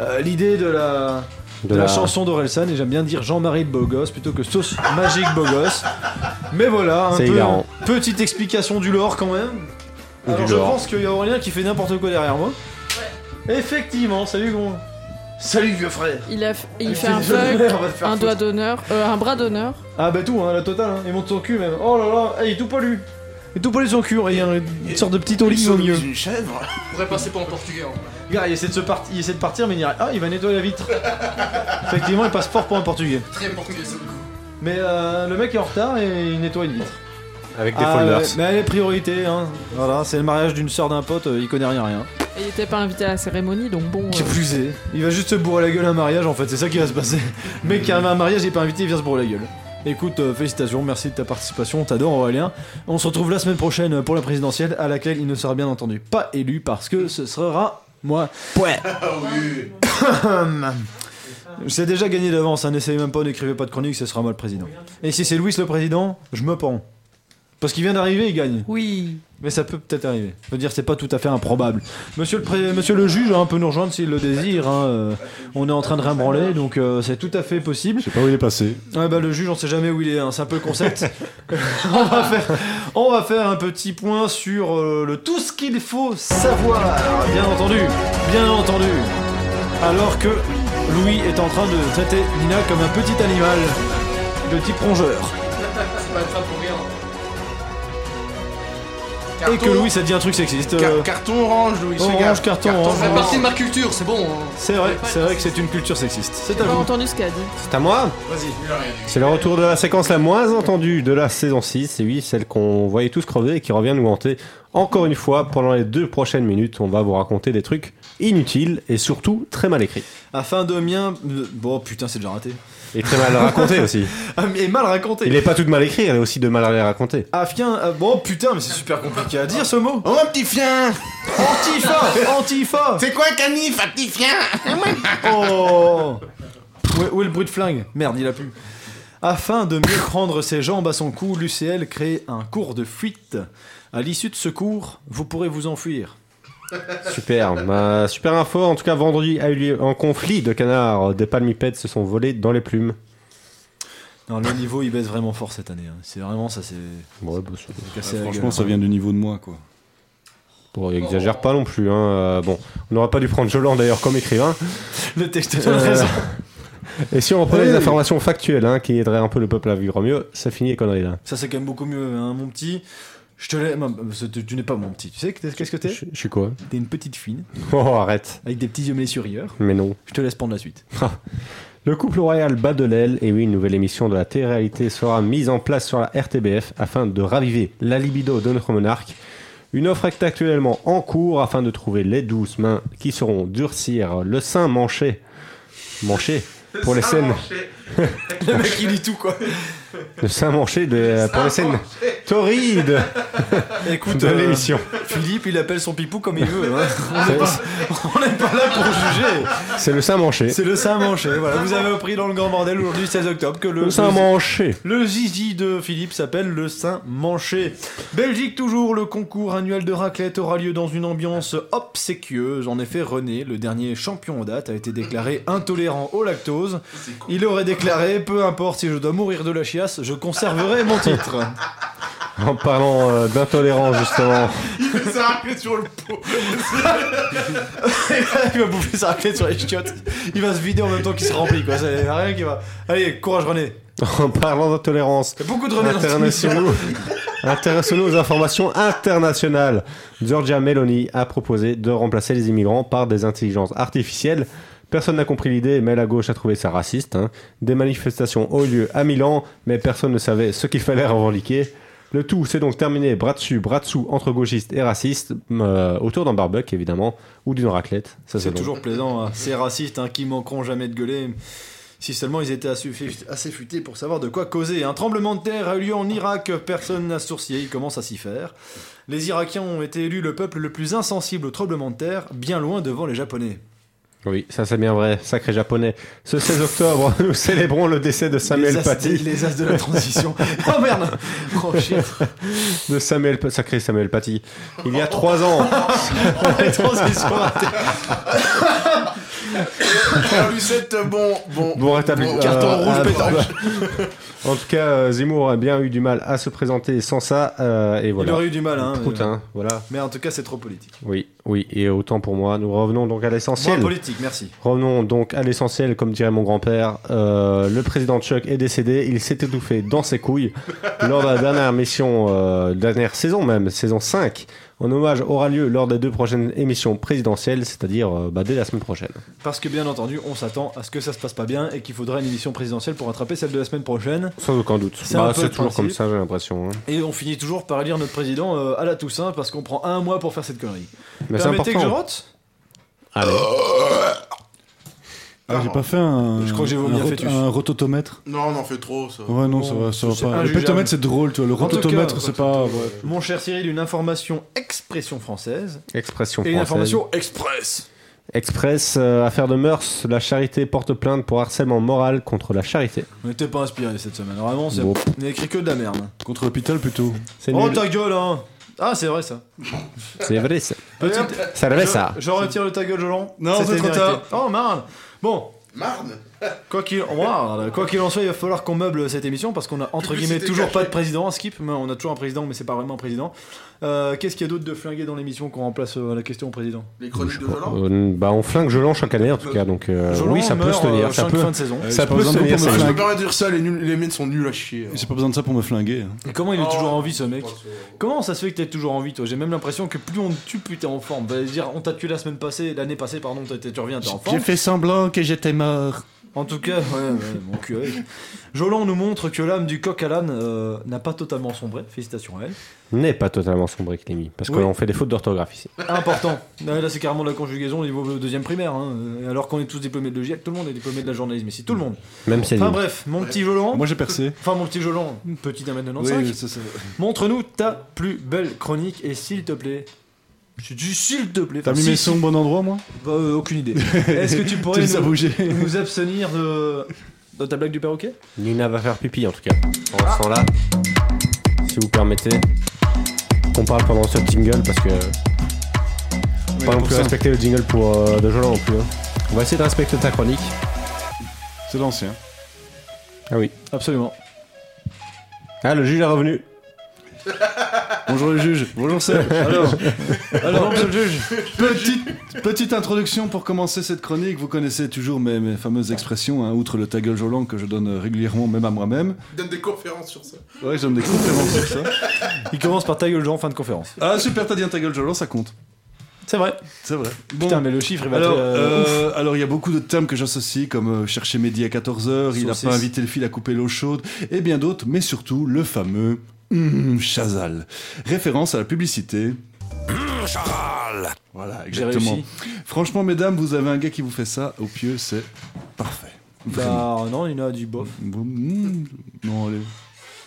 euh, l'idée de la, de la chanson d'Orelsan et j'aime bien dire Jean-Marie le beau gosse plutôt que sauce magique beau gosse. Mais voilà, un
C'est
peu
hilarant.
petite explication du lore quand même.
Du
Alors je
lore.
pense qu'il y a Aurélien qui fait n'importe quoi derrière moi. Effectivement, salut Gon. Salut vieux frère.
Il, a, f- il fait
Ah, C'est
un
des doigts
fuck,
d'honneur, on va te faire
un
foutre.
doigt d'honneur, euh, un bras d'honneur.
Ah bah tout, hein, la totale, hein. il monte son cul même. Oh là là, eh, il est tout poilu. Il est tout poilu son cul, et il y a une sorte de petite olive au milieu.
une chèvre.
On pourrait passer pour en portugais. hein.
Gars, il essaie de, se part- il essaie de partir, mais il y arrive. Ah, il va nettoyer la vitre. Effectivement, il passe fort pour un portugais.
Très portugais, c'est le coup.
Mais euh, le mec est en retard et il nettoie une vitre.
Avec des
Ah,
folders.
ouais, mais les priorités, hein. Voilà, c'est le mariage d'une sœur d'un pote, euh, il connaît rien, rien.
Et il était pas invité à la cérémonie, donc bon.
Qui
euh,
plus est, il va juste se bourrer la gueule à un mariage en fait, c'est ça qui va se passer. Mais qui a un mariage, il est pas invité, il vient se bourrer la gueule. Écoute, euh, félicitations, merci de ta participation, on t'adore Aurélien. On se retrouve la semaine prochaine pour la présidentielle, à laquelle il ne sera bien entendu pas élu parce que ce sera moi. Ouais. J'ai déjà gagné d'avance, hein, n'essayez même pas, n'écrivez pas de chronique, ce sera moi le président. Et si c'est Louis le président, je me pends. Parce qu'il vient d'arriver, il gagne.
Oui.
Mais ça peut peut-être arriver. Je veux dire, c'est pas tout à fait improbable. Monsieur le, pré- Monsieur le juge hein, peut nous rejoindre s'il le désire. hein, euh, on est en train de rien branler, donc euh, c'est tout à fait possible.
Je sais pas où il est passé.
Ah bah, le juge, on sait jamais où il est. hein, c'est un peu le concept. on, va faire, on va faire un petit point sur euh, le tout ce qu'il faut savoir. Bien entendu, bien entendu. Alors que Louis est en train de traiter Nina comme un petit animal, de type rongeur.
C'est pas ça pour rien.
Et que Louis, ça dit un truc sexiste.
Car-
euh,
carton orange, Louis. fais
Orange,
gaffe.
carton
Ça fait
orange.
partie de ma culture, c'est bon. hein.
C'est vrai, c'est vrai que c'est une culture sexiste. C'est
J'ai
à
pas
vous.
entendu ce qu'a dit.
C'est à moi C'est le retour de la séquence la moins entendue de la saison 6. Et oui, celle qu'on voyait tous crever et qui revient nous hanter. Encore une fois, pendant les deux prochaines minutes, on va vous raconter des trucs inutiles et surtout très mal écrits.
Afin de bien. euh, Bon, putain, c'est déjà raté.
Et très mal racontés aussi.
Ah, mais mal raconté.
Il est pas tout de mal écrit, il est aussi de mal à les raconter.
Afien. ah, bon, putain, mais c'est super compliqué à dire ce mot.
Oh, un petit fien
Antifa Antifa
C'est quoi, canif, un petit fien
Oh où est, où est le bruit de flingue Merde, il a pu. Afin de mieux prendre ses jambes à son cou, l'UCL crée un cours de fuite. À l'issue de ce cours, vous pourrez vous enfuir.
Super, bah, super info. En tout cas, vendredi a eu lieu un conflit de canards. Des palmipèdes se sont volés dans les plumes.
Non, le niveau il baisse vraiment fort cette année. hein. C'est vraiment ça, c'est.
Ouais, bah, c'est-
c'est cassé
Ouais,
la
Ah, franchement,
gueule. hein.
ça vient du niveau de moi, quoi.
Bon, il exagère pas non plus. Hein. Euh, bon, on n'aurait pas dû prendre Jolan d'ailleurs comme écrivain.
Le texte de
Euh,
raison.
Et si on reprenait
Oui,
les
oui.
informations factuelles hein, qui aideraient un peu le peuple à vivre mieux, ça finit les conneries là.
Ça, c'est quand même beaucoup mieux, hein, mon petit. Je te laisse. non, c'est- Tu n'es pas mon petit. Tu sais que t'es- qu'est-ce que t'es
Je je suis quoi
T'es une petite fine,
Oh, arrête.
avec des petits yeux mêlés sur hier.
Mais non.
Je te laisse prendre la suite.
Le couple royal bat de l'aile, et oui, une nouvelle émission de la télé-réalité sera mise en place sur la RTBF afin de raviver la libido de notre monarque. Une offre est actuellement en cours afin de trouver les douze mains qui seront durcir le sein manché. Manché pour les scènes.
Le mec, il lit tout, quoi.
Le sein manché de, pour les scènes torrides
Écoute,
de
euh,
l'émission.
Philippe, il appelle son pipou comme il veut. hein. On n'est pas, on n'est pas là pour juger.
C'est le sein manché.
C'est le saint manché. Voilà, vous avez appris dans le grand bordel aujourd'hui, 16 octobre, que le,
Le sein manché.
le zizi de Philippe s'appelle le saint manché. Belgique toujours, le concours annuel de raclette aura lieu dans une ambiance obséquieuse. En effet, René, le dernier champion en date, a été déclaré intolérant au lactose. Il aurait déclaré, peu importe si je dois mourir de la chiasse, je conserverai mon titre.
En parlant euh, d'intolérance, justement.
Ça arrête sur le pot.
il va bouffer sa raclette sur les chiottes. Il va se vider en même temps qu'il se remplit, quoi. C'est rien qui va. Allez, courage René.
En parlant d'intolérance.
Il y a beaucoup de René dans cette émission.
Internationaux. Intéressons-nous aux informations internationales. Giorgia Meloni a proposé de remplacer les immigrants par des intelligences artificielles. Personne n'a compris l'idée, mais la gauche a trouvé ça raciste. hein. Des manifestations ont eu lieu à Milan, mais personne ne savait ce qu'il fallait revendiquer. Le tout s'est donc terminé bras dessus, bras dessous, entre gauchistes et racistes, euh, autour d'un barbecue évidemment, ou d'une raclette. Ça
C'est
long.
toujours plaisant, hein. ces racistes hein, qui manqueront jamais de gueuler. Si seulement ils étaient assez fu- assez futés pour savoir de quoi causer. Un tremblement de terre a eu lieu en Irak, personne n'a sourcier, ils commencent à s'y faire. Les Irakiens ont été élus le peuple le plus insensible au tremblement de terre, bien loin devant les Japonais.
Oui, ça c'est bien vrai, sacré japonais. Ce 16 octobre, nous célébrons le décès de
les
Samuel
as,
Paty.
Les as de la transition. oh merde Oh shit
de Samuel, P- sacré Samuel Paty. Il y a trois ans,
Les transitions ratées.
Alors, Lucette, euh, bon, bon.
bon rétablissement.
carton rouge
ah,
pétage.
bah. en tout cas, euh, Zemmour a bien eu du mal à se présenter sans ça, euh, et
Il
voilà.
aurait eu du mal, hein.
Prout, hein, voilà.
Mais en tout cas, c'est trop politique.
Oui, oui, et autant pour moi. Nous revenons donc à
Moins
l'essentiel.
politique, merci.
Revenons donc à l'essentiel, comme dirait mon grand-père. Euh, le président Chuck est décédé. Il s'est étouffé dans ses couilles lors de la dernière mission, euh, dernière saison même, saison 5. Un hommage aura lieu lors des deux prochaines émissions présidentielles, c'est-à-dire euh, bah, dès la semaine prochaine.
Parce que bien entendu, on s'attend à ce que ça se passe pas bien et qu'il faudra une émission présidentielle pour rattraper celle de la semaine prochaine.
Sans aucun doute.
C'est un
Bah,
peu
c'est
le
toujours
principe.
comme ça, j'ai l'impression. hein.
Et on finit toujours par élire notre président euh, à la Toussaint parce qu'on prend un mois pour faire cette connerie.
Mais c'est
Permettez que je
important.
rote
Allez.
Ah, j'ai pas fait un.
Je crois que j'ai vomi
un
un
rot-
fœtus.
Un rototomètre.
Non, on en fait trop, ça.
Ouais, non,
Bon,
ça va, ça va
c'est
pas. Le
injugeable.
pétomètre, c'est drôle, tu vois. Le
tout cas,
rototomètre, c'est pas. ouais.
Mon cher Cyril, une information expression française
Expression
et une
française.
information express.
Express, euh, affaire de mœurs, la charité porte plainte pour harcèlement moral contre la charité.
On n'était pas inspiré cette semaine. Vraiment, c'est-
Bon.
on a écrit que de la merde.
Contre l'hôpital plutôt.
C'est
Oh
nul.
ta gueule, hein Ah, c'est vrai ça.
C'est vrai, ça.
Allez, hop.
Ça l'avait, ça.
Je retire le ta gueule, Jolan.
Non,
C'était
c'est trop
mérité.
tard.
Oh, marre Bon,
Marne
Quoi qu'il Ouah, quoi qu'il en soit, il va falloir qu'on meuble cette émission parce qu'on a entre guillemets toujours pas de président. Skip, mais on a toujours un président, mais c'est pas vraiment un président. Euh, Qu'est-ce qu'il y a d'autre de flingué dans l'émission qu'on remplace euh, la question au président
Les chroniques de Jolan
Euh, bah, on flingue Jolan chaque année, en tout cas. Donc, euh,
Jolan
oui, ça peut
meurt,
se tenir.
euh,
Ça
chaque
peut,
fin de saison.
Euh,
ça
j'ai pas
peut
besoin
se
de
tenir.
pour
ça.
me
Je
flingue.
me permets de dire ça, les, nuls- les miennes sont nuls à chier. hein.
J'ai pas besoin de ça pour me flinguer. hein.
Et comment il est
Oh.
toujours en vie ce mec Comment ça se fait que t'es toujours en vie toi J'ai même l'impression que plus on te tue, plus t'es en forme. Bah, dire, on t'a tué la semaine passée, l'année passée, pardon, t'as- t'es- tu reviens, t'es en forme.
fait semblant que j'étais mort.
En tout cas, ouais, ouais, mon cul avec. Jolan nous montre que l'âme du coq à l'âne euh, n'a pas totalement sombré. Félicitations à elle.
N'est pas totalement sombré, Clémy. Parce
Oui.
qu'on fait des fautes d'orthographe ici.
Important. Non, Là, c'est carrément de la conjugaison au niveau deuxième primaire. hein. Euh, Alors qu'on est tous diplômés de logique, tout le monde est diplômé de la journalisme ici. Tout le monde.
Même si
Enfin bref, mon petit Jolan,
Moi j'ai percé.
enfin mon petit Jolan, petit d'un mètre 95,
Oui, ça, ça-
montre-nous ta plus belle chronique et s'il te plaît. Je dis s'il te plaît.
T'as
enfin,
mis
si-
mes sons au bon endroit, moi
Bah, euh, aucune idée. Est-ce que tu
Tu
pourrais
les as
nous,
bougés.
nous abstenir de. De ta blague du perroquet
Nina va faire pipi en tout cas. Pour l'instant là, si vous permettez, qu'on parle pendant ce jingle parce que.
Mais
Faut Pas non
pour
plus
ça.
respecter le jingle pour euh, de Jolan non plus. hein. On va essayer de respecter ta chronique.
C'est l'ancien.
Ah oui.
Absolument.
Ah le juge est revenu.
Bonjour le juge. Bonjour Seb. Alors, alors monsieur le juge. Petite, petite introduction pour commencer cette chronique. Vous connaissez toujours mes, mes fameuses expressions, hein, outre le ta gueule Jolan que je donne régulièrement même à moi-même.
Donne des conférences sur ça.
Ouais, je donne des compléments sur ça.
Il commence par ta gueule, Jean, fin de conférence.
Ah super, t'as dit un ta gueule Jolan, ça compte.
C'est vrai.
C'est vrai.
Putain, mais le chiffre, il va
Alors,
être, euh, ouf.
euh, alors, il y a beaucoup de termes que j'associe, comme euh, chercher midi à 14h, il n'a
Saucisse.
pas invité le fil à couper l'eau chaude, et bien d'autres, mais surtout le fameux Hum, Chazal. Référence à la publicité.
Charal
Voilà,
J'ai
exactement.
réussi.
Franchement, mesdames, vous avez un gars qui vous fait ça, au pieu, c'est parfait. Vraiment.
Bah, non, il y en a du bof.
Hum, Non, allez,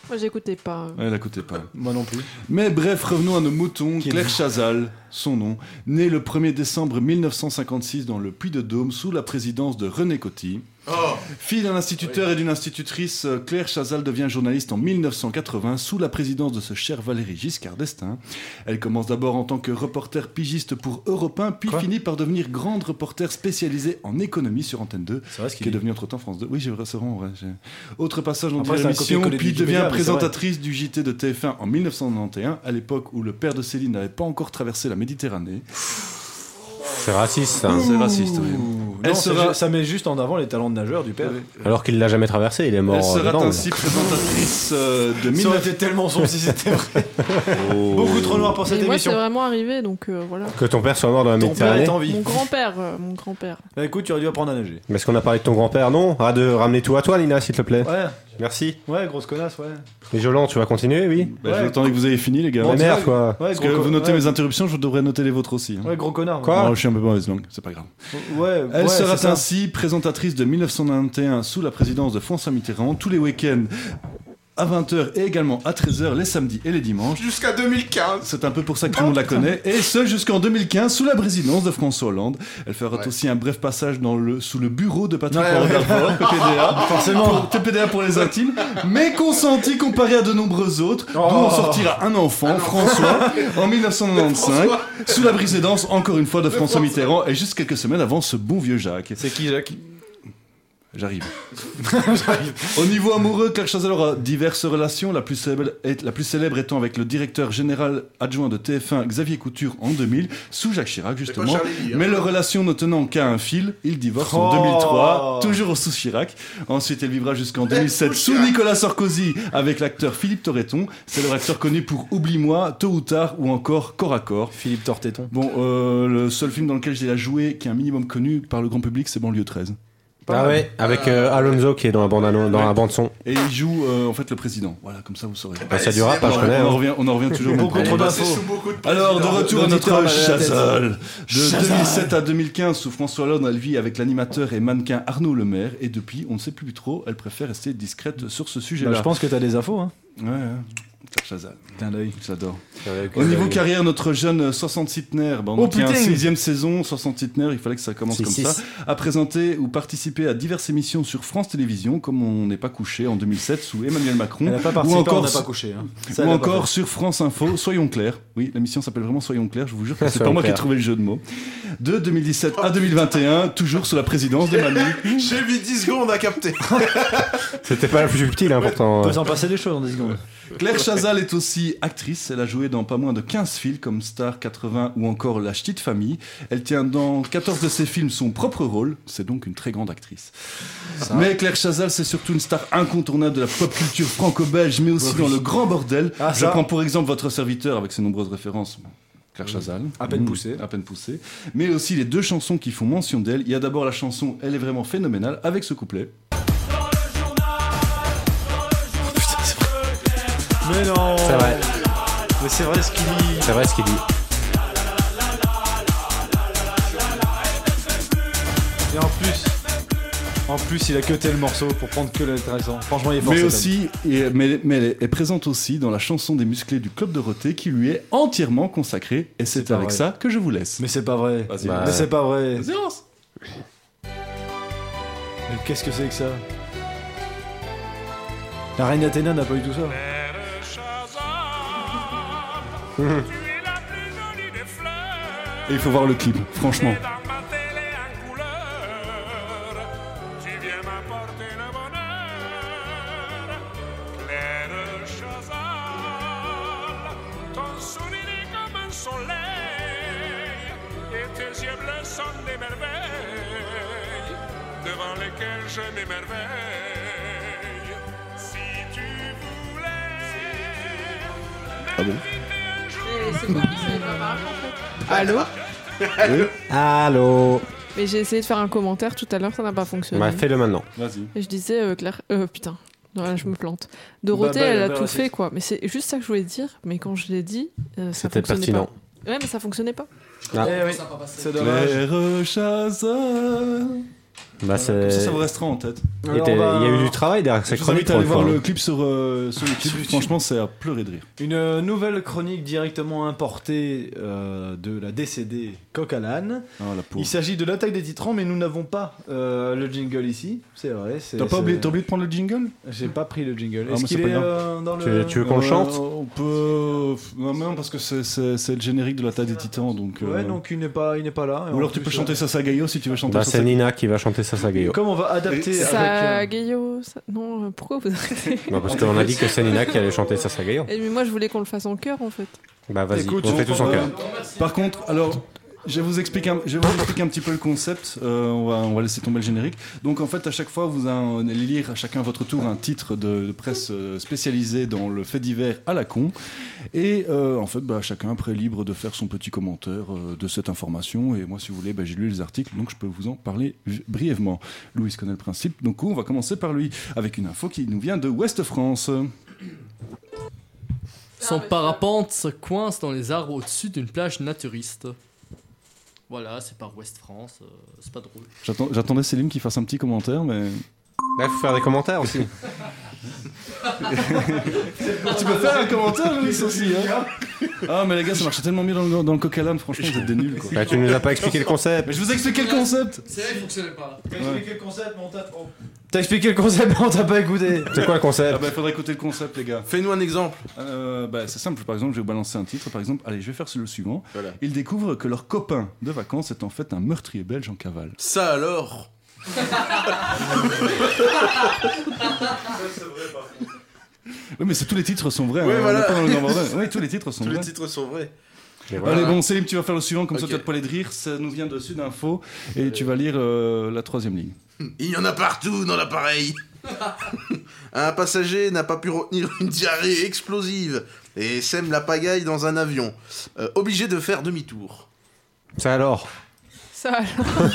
Moi, j'écoutais pas.
elle écoutez pas.
Moi non plus.
Mais bref, revenons à nos moutons.
Qui
Claire
est-
Chazal, son nom, née le 1er décembre 1956 dans le Puy-de-Dôme sous la présidence de René Coty.
Oh
Fille d'un instituteur et d'une institutrice, euh, Claire Chazal devient journaliste en 1980 sous la présidence de ce cher Valéry Giscard d'Estaing. Elle commence d'abord en tant que reporter pigiste pour Europe 1, puis finit par devenir grande reporter spécialisée en économie sur Antenne 2,
C'est vrai ce
qui est
qu'il est.
devenue entre-temps France 2. Oui, j'ai c'est vraiment vrai. j'ai- Autre passage dans
Après, c'est un
l'émission,
copier-coller de
puis
Wikipédia,
devient
mais c'est vrai.
présentatrice du JT de TF1 en 1991, à l'époque où le père de Céline n'avait pas encore traversé la Méditerranée.
C'est raciste ça.
C'est raciste, oui.
Non,
Elle
c'est
sera-
ju- ça met juste en avant les talents de nageur du père.
Alors qu'il l'a jamais traversé, il est mort.
Elle
euh,
sera
dedans,
ainsi présentatrice euh, de
Ça aurait
19...
été tellement sombre si c'était vrai.
Oh.
Beaucoup trop noir pour cette
Et moi, c'est
émission.
vraiment arrivé, donc euh, voilà.
mais- Que ton père soit mort dans la
Ton père est
Méditerranée.
en vie.
Mon grand-père, euh, mon grand-père.
Bah, écoute, tu aurais dû apprendre à nager.
Mais est-ce qu'on a parlé de ton grand-père Non Ah, de ramener tout à toi, Nina, s'il te plaît.
Ouais,
Merci.
ouais, grosse connasse, ouais.
Et Jolan, tu vas continuer, oui
Bah,
Ouais.
J'attendais que vous ayez fini, les gars.
Mais
tu
merde,
vois-
quoi.
Ouais,
Parce
gros
que
con-
vous notez
ouais.
mes interruptions, je devrais noter les vôtres aussi. hein.
Ouais, gros connard.
Quoi
Non, je suis un peu mauvaise langue, c'est pas grave.
Ouais,
Elle
ouais,
sera
c'est ça.
ainsi présentatrice de 1991 sous la présidence de François Mitterrand tous les week-ends à 20h et également à 13h les samedis et les dimanches.
Jusqu'à 2015
C'est un peu pour ça que tout le monde la connaît. Et ce jusqu'en 2015 sous la présidence de François Hollande. Elle fera
Ouais.
aussi un bref passage dans le, sous le bureau de Patrick
Ouais,
Hollande
ouais.
d'abord, PPDA.
Forcément.
Pour, TPDA pour les intimes, mais consenti comparé à de nombreux autres,
Oh.
d'où en sortira un enfant, François, en 1995,
François.
sous la présidence, encore une fois, de François
François.
Mitterrand, et juste quelques semaines avant ce bon vieux Jacques.
C'est qui, Jacques
J'arrive. Au niveau amoureux, Claire Chazal aura diverses relations, la plus, célèbre est- la plus célèbre étant avec le directeur général adjoint de TF1, Xavier Couture, en 2000, sous Jacques Chirac, justement.
Charlie Lee, hein.
Mais leur relation ne tenant qu'à un fil, ils divorcent en
Oh.
2003, toujours sous Chirac. Ensuite, elle vivra jusqu'en
Mais
2007
sous
sous
Chirac.
Nicolas Sarkozy, avec l'acteur Philippe Torreton, célèbre acteur connu pour Oublie-moi, Tôt ou tard, ou encore Corps à corps.
Philippe Tortéton.
Bon, euh, le seul film dans lequel j'ai la joué, qui est un minimum connu par le grand public, c'est Banlieue 13.
Ah ouais, avec euh, Alonso qui est dans la bande, annon- dans la bande son.
Et il joue euh, en fait le président. Voilà, comme ça vous saurez.
Bah, ça durera
c'est
pas,
on,
je
en-
connais.
on en
hein.
revient, on en revient toujours. au même
Beaucoup
problème.
trop
Passé
d'infos.
sous beaucoup de
Alors, de
présidents.
retour à notre
L'auditeur mal à la tête.
Chazal. De
Chazal.
2007 à 2015, sous François Hollande, elle vit avec l'animateur et mannequin Arnaud Lemaire. Et depuis, on ne sait plus trop. Elle préfère rester discrète sur ce
Bah,
sujet-là.
je pense que t'as des infos, hein.
Ouais, ouais. Claire Chazal.
D'un d'œil.
J'adore.
Avec,
Au
euh,
niveau carrière, notre jeune 60 centenaire, bon,
Oh,
donc il y a un
putain.
sixième saison, 60 centenaire, il fallait que ça commence
Six,
comme
six.
ça, a présenté ou participé à diverses émissions sur France Télévisions, comme on n'est pas couché en 2007 sous Emmanuel Macron,
Elle a pas
ou
participé, on
encore,
n'a pas couché. Hein. Ça,
ou
elle a pas
encore sur France Info, Soyons Clairs. Oui, l'émission s'appelle vraiment Soyons Clairs, je vous jure que c'est pas
Soyons
moi qui ai
clairs.
trouvé le jeu de mots. De 2017 à 2021, toujours sous la présidence de Manu.
J'ai mis 10 secondes à capter.
C'était pas la plus subtile, hein, pourtant.
fait. On peut s'en passer des choses en 10 secondes.
Claire Chazal est aussi actrice. Elle a joué dans pas moins de 15 films comme Star 80 ou encore La Ch'tite Famille. Elle tient dans 14 de ses films son propre rôle. C'est donc une très grande actrice. Mais Claire Chazal, c'est surtout une star incontournable de la pop culture franco-belge, mais aussi dans le grand bordel.
Ah,
Je
ça.
prends pour exemple votre serviteur avec ses nombreuses références. Claire Chazal.
À peine
Mmh,
poussée.
À peine poussée. Mais aussi les deux chansons qui font mention d'elle. Il y a d'abord la chanson Elle est vraiment phénoménale avec ce couplet.
Mais non
C'est vrai,
Mais c'est vrai ce qu'il dit.
c'est vrai ce qu'il dit.
Et en plus. En plus, il a cuté le morceau pour prendre que l'intéressant. hein. Franchement, il est fort.
Mais
cet
aussi, et- mais, mais elle est présente aussi dans la chanson des musclés du Club Dorothée qui lui est entièrement consacrée. Et c'est
pas
avec
vrai.
ça que je vous laisse.
Mais c'est pas vrai.
Vas-y.
Bah,
Mais c'est pas vrai. Mais qu'est-ce que c'est que ça La reine d'Athéna n'a pas eu tout ça.
Et il faut voir le clip, franchement.
Ton sourire est comme un soleil Et tes yeux bleus sont des merveilles Devant lesquelles je m'émerveille Si tu voulais
Ah bon
Allô
Oui. Allô
Mais j'ai essayé de faire un commentaire tout à l'heure, ça n'a pas fonctionné.
Bah, fais-le maintenant.
Vas-y.
Et je disais, euh, Claire. euh, putain, non, je me plante. Dorothée,
Bah, bah,
elle a
bah,
tout
bah,
fait,
c'est-
quoi. Mais c'est juste ça que je voulais dire, mais quand je l'ai dit, euh, ça
C'était
fonctionnait
pertinent.
pas. Ouais, mais ça fonctionnait pas.
Ah.
Eh oui, c'est dommage.
Claire Chazal.
Bah, c'est.
Ça, ça vous restera en tête.
Il était-
Alors,
il y a
bah,
eu du travail derrière
Je
cette
vous invite
chronique.
à
pour une
aller voir
fois.
le clip sur, euh, sur YouTube. Franchement, c'est à pleurer de rire.
Une euh, nouvelle chronique directement importée euh, de la décédée Coq à l'âne.
Ah, la
Il
pauvre.
s'agit de l'attaque des titrants, mais nous n'avons pas euh, le jingle ici. C'est vrai. c'est-
T'as pas
c'est-
oublié, t'as oublié de prendre le jingle
J'ai pas pris le jingle.
Ah,
Est-ce
moi,
qu'il
c'est pas
est
grave.
euh, dans
Tu-
le.
tu veux qu'on le chante
On peut. Non, mais non, parce que c'est- c'est c'est le générique de la taille des titans. Donc, euh,
Ouais, donc il n'est pas, il n'est pas là.
Ou alors tu peux chanter ça Sagayo si tu veux chanter
Bah,
ça.
c'est Nina qui va chanter Sasa Gayo.
Comme on va adapter
Et-
ça,
avec. euh,
Gaillot, ça- non, euh, pourquoi vous arrêtez
Bah, parce qu'on a dit que c'est Nina qui allait chanter Sasa Gayo.
Eh, Mais moi, je voulais qu'on le fasse en chœur, en fait.
Bah, vas-y,
Écoute,
on fait tous en
euh,
cœur.
Par contre, alors. Je vais vous explique un, je vais vous expliquer un petit peu le concept. Euh, on, va, on va laisser tomber le générique. Donc en fait, à chaque fois, vous allez lire à chacun à votre tour un titre de, de presse euh, spécialisé dans le fait divers à la con. Et euh, en fait, bah, chacun après est libre de faire son petit commentaire euh, de cette information. Et moi, si vous voulez, bah, j'ai lu les articles, donc je peux vous en parler vi- brièvement. Louis connaît le principe. Donc on va commencer par lui avec une info qui nous vient de Ouest-France.
Son parapente se coince dans les arbres au-dessus d'une plage naturiste. Voilà, c'est par Ouest France, euh, c'est pas drôle.
J'attends- J'attendais Céline qui fasse un petit commentaire, mais
Là, faut faire des commentaires aussi.
Tu peux faire un commentaire, Louis, aussi, hein Ah, mais les gars, ça marchait tellement mieux dans le, dans le coq à l'âne, franchement, vous êtes des nuls, quoi.
Bah, tu nous as pas expliqué le concept.
Mais je vous ai expliqué le concept
C'est vrai, il fonctionnait pas.
expliqué le concept, mais on t'a- oh. T'as expliqué le concept, mais on t'a pas écouté.
C'est quoi le
Ah
concept
bah, il faudrait écouter le concept, les gars.
Fais-nous un exemple.
Euh, bah, c'est simple, par exemple, je vais vous balancer un titre, par exemple, allez, je vais faire le suivant.
Voilà.
Ils découvrent que leur copain de vacances est en fait un meurtrier belge en cavale.
Ça alors
Oui, mais c'est tous les titres sont vrais,
Oui,
hein, on
voilà.
est pas dans le grand bordel. Oui, tous les titres sont
Tous
vrais.
les titres sont vrais.
Et voilà.
Allez, bon, Céline, tu vas faire le suivant, comme
Ok.
ça, tu vas te poêler de rire, ça nous vient de Sud Info, et tu vas lire euh, la troisième ligne.
Il y en a partout dans l'appareil. un passager n'a pas pu retenir une diarrhée explosive et sème la pagaille dans un avion, euh, obligé de faire demi-tour.
Ça alors
Ça, alors,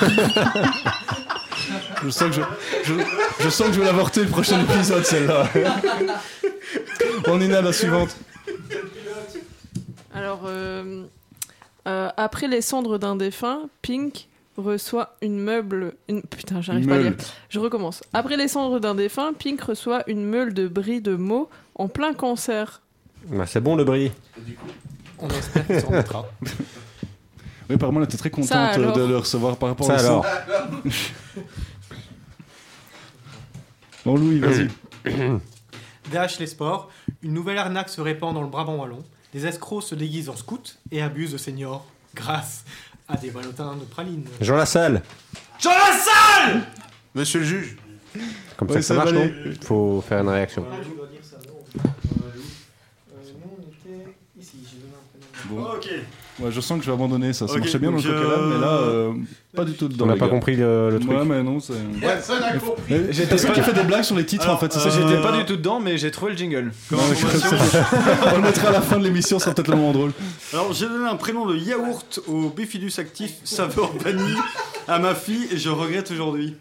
Je sens que je, je- je sens que je vais l'avorter le prochain épisode, celle-là. On est à la suivante.
alors, euh, euh, après les cendres d'un défunt, Pink reçoit une meuble. Une... Putain, j'arrive
Une
pas à
meule.
lire. Je recommence. Après les cendres d'un défunt, Pink reçoit une meule de bris de mots en plein cancer.
Bah, c'est bon le bris.
On espère qu'il s'en remettra.
Oui, apparemment, elle était très
Ça,
contente euh,
alors
de le recevoir par rapport
Ça
à
alors
Bon, Louis, vas-y.
DH les sports, une nouvelle arnaque se répand dans le Brabant wallon. Des escrocs se déguisent en scouts et abusent de seniors grâce à des ballotins de praline.
Jean Lassalle
Monsieur le juge,
Comme
Ouais,
ça, ça
ça va
marche, non
aller.
Faut faire une réaction.
Euh,
Bon.
Ok.
Ouais, je sens que je vais abandonner ça. Ça
Ok,
marchait bien dans le
donc,
coca
euh,
mais là, euh, pas du tout dedans.
On n'a
les
pas
gars.
compris le, le truc.
Ouais, mais non, c'est.
personne n'a compris.
Mais J'étais pas fait des blagues sur les titres en fait. c'est ça,
J'étais pas du tout dedans, mais j'ai trouvé le jingle.
Non, mais c'est pas- On le mettra à la fin de l'émission, ça sera peut-être le moment drôle.
Alors j'ai donné un prénom de yaourt au Bifidus actif saveur vanille à ma fille et je regrette aujourd'hui.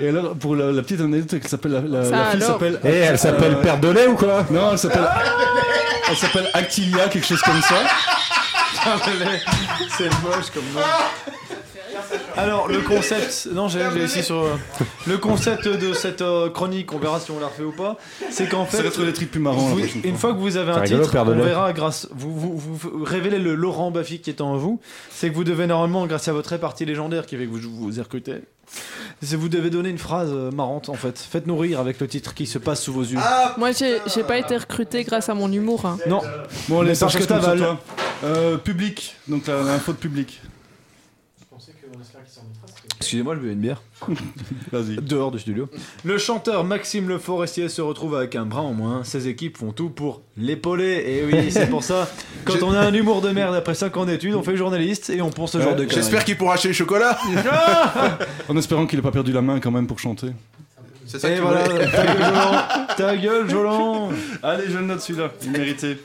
Et alors, pour la, la petite anecdote, elle s'appelle la, la-
Ça
la fille
alors
s'appelle.
Eh, elle s'appelle
Euh,
Père de lait ou quoi
Non, elle s'appelle. Elle s'appelle Actilia, quelque chose comme ça.
C'est moche comme moi. Alors, le concept. Non, j'ai j'ai ici sur. euh, Le concept de cette euh, chronique, on verra si on la refait ou pas. C'est qu'en fait.
Ça va être des trucs plus marrants,
vous-
la prochaine
une
fois.
fois que vous avez un
C'est rigolo,
titre,
Père
on
Deleuze.
verra grâce. Vous, vous, vous- vous révélez le Laurent Baffy qui est en vous. C'est que vous devez normalement, grâce à votre répartie légendaire qui fait que vous vous y recrutez, c'est vous devez donner une phrase euh, marrante en fait. Faites-nous rire avec le titre qui se passe sous vos yeux.
Moi, j'ai j'ai pas été recruté grâce à mon humour. hein.
Non.
Bon, allez,
Mais
ça
parce
que
que t'avales.
toi. Euh, public, donc la- l'info de public.
Excusez-moi, je buvais une bière.
Vas-y.
Dehors du studio. Le chanteur Maxime Le Forestier se retrouve avec un bras en moins. Ses équipes font tout pour l'épauler. Et oui, c'est pour ça. Quand on a un humour de merde après 5 ans d'études, on fait journaliste et on pense ce genre de
J'espère qu'il pourra acheter les chocolats.
En espérant qu'il ait pas perdu la main quand même pour chanter.
C'est
Et voilà, ta gueule, Jolan Ta gueule, Jolan
Allez, je le note celui-là, il méritait.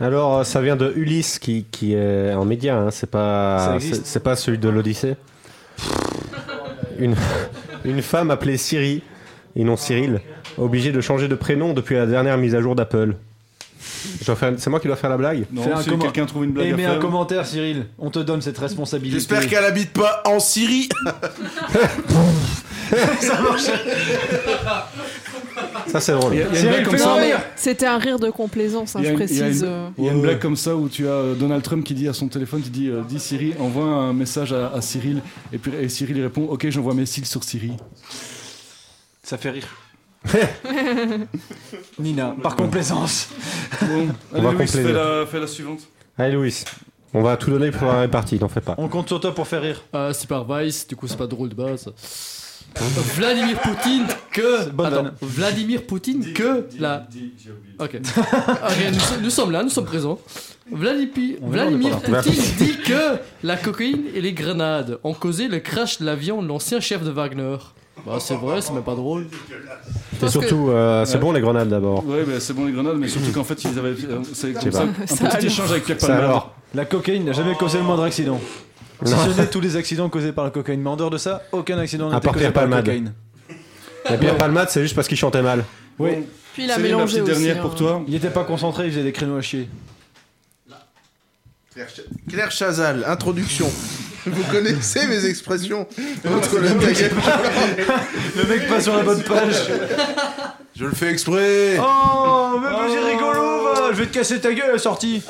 Alors, euh, ça vient de Ulysse qui, qui est en média, hein, c'est
Ça
pas, c'est-
existe.
c'est pas celui de l'Odyssée. Une, une femme appelée Siri, et non Cyril, obligée de changer de prénom depuis la dernière mise à jour d'Apple. Je dois faire- C'est moi qui dois faire la blague
Non,
Fais un comment- Et mets
faire.
un commentaire, Cyril. On te donne cette responsabilité.
J'espère qu'elle habite pas en Syrie.
Ça marche.
Ça, c'est drôle.
blague comme ça.
Non, mais C'était un rire de complaisance, hein,
Il y a
je
une- il y a une-
précise. euh.
Il y a une blague comme ça où tu as euh, Donald Trump qui dit à son téléphone, tu dis, euh, dis Siri, envoie un message à, à Cyril, et puis et Cyril il répond, ok j'envoie mes cils sur Siri.
Ça fait rire. Nina, par complaisance.
On va compléter.
suivante.
Allez, Louis, on va tout donner pour la répartie, t'en fais pas.
On compte sur toi pour faire rire.
Euh, c'est par Vice, du coup c'est pas drôle de base. Vladimir Poutine que.
bonne
Attends,
vanne.
Vladimir Poutine que la. Ok. Ok, nous, so- nous sommes là, nous sommes présents. Vladipi-
On est là, on est
Vladimir
pas là.
Poutine dit que la cocaïne et les grenades ont causé le crash de l'avion de l'ancien chef de Wagner. Bah c'est vrai, c'est même pas drôle.
Et surtout, euh, c'est bon les grenades d'abord.
Ouais, bah, c'est bon les grenades, mais surtout qu'en fait ils avaient euh, c'est
Je sais
comme ça,
pas.
un
Ça
petit
alors.
échange avec Pierre
Ça
Palmade.
alors.
La cocaïne n'a jamais causé le moindre accident. Si ce n'est tous les accidents causés par la cocaïne. Mais en dehors de ça, aucun accident n'a
À
été
part
causé
Pierre
par la
Palmade.
cocaïne.
La Pierre Palmade, c'est juste parce qu'il chantait mal.
Oui.
Puis il a
Céline, la
mélangé
petite
aussi.
dernière
hein.
pour toi.
Il était pas concentré, il faisait des créneaux à chier.
Claire, Ch- Claire Chazal, introduction. Vous connaissez mes expressions Entre le baguette-
Le mec pas sur la bonne page.
Je le fais exprès.
Oh, mais j'ai rigolo, va. Oh. Je vais te casser ta gueule à la sortie.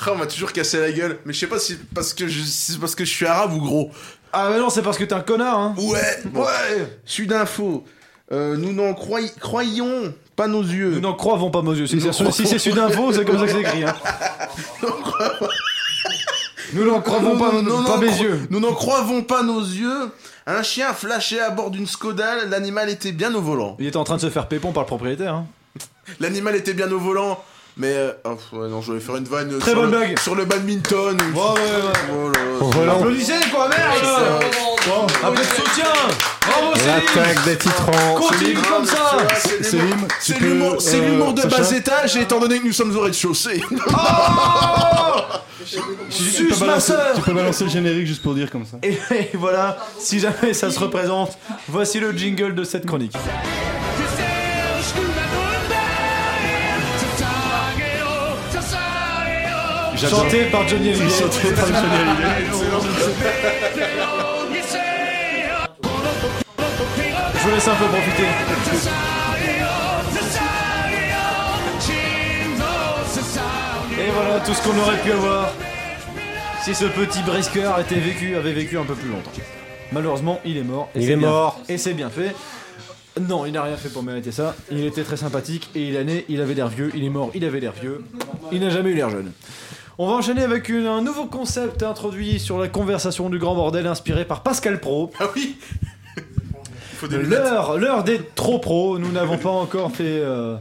Ah, on m'a toujours cassé la gueule. Mais je sais pas si c'est parce que je, si c'est parce que je suis arabe ou gros.
Ah, mais non, c'est parce que t'es un connard, hein.
Ouais, ouais. Je suis d'info. Euh, nous n'en croy- croyons pas nos yeux.
Nous n'en croyons pas, monsieur. Si
Nous
c'est
n'en
si c'est Sudinfo, c'est comme ça que c'est écrit, hein. Nous n'en croyons pas,
Nous- nous- nous
pas
n'en
mes
cro-
yeux.
Nous n'en croyons pas nos yeux. Un chien flashé à bord d'une Skoda. L'animal était bien au volant.
Il était en train de se faire pépon par le propriétaire, hein.
L'animal était bien au volant. Mais euh, oh, ouais, non, je vais faire une vanne euh,
Très
sur,
bonne
le,
blague.
sur le badminton.
Oh, ouais, ouais.
Oh là là.
Volant.
Applaudissez, quoi, merde Bon, Un peu de soutien Bravo, Céline
L'attaque des titrants.
Continue comme ça
C'est
C'est
l'humour-
Lim,
c'est
tu peux,
l'humour c'est
euh,
l'humour de
Sacha
bas étage, et étant donné que nous sommes au rez-de-chaussée.
Tu peux
Suce ma
balancer-
sœur
Tu peux balancer le générique juste pour dire comme ça.
Et voilà, si jamais ça se représente, voici le jingle de cette chronique. Chanté par Johnny Hallyday. Je vous laisse un peu profiter. Et voilà tout ce qu'on aurait pu avoir si ce petit brisqueur était vécu, avait vécu un peu plus longtemps. Malheureusement, il est mort. et
Il
c'est
est
bien-
mort.
Et c'est bien fait. Non, il n'a rien fait pour mériter ça. Il était très sympathique et il est né, il avait l'air vieux. Il est mort, il avait l'air vieux. Il n'a jamais eu l'air jeune. On va enchaîner avec une- un nouveau concept introduit sur la conversation du grand bordel inspiré par Pascal Pro.
Ah oui Faut des lunettes.
Euh, L'heure, l'heure des trop pros. Nous n'avons pas encore fait euh,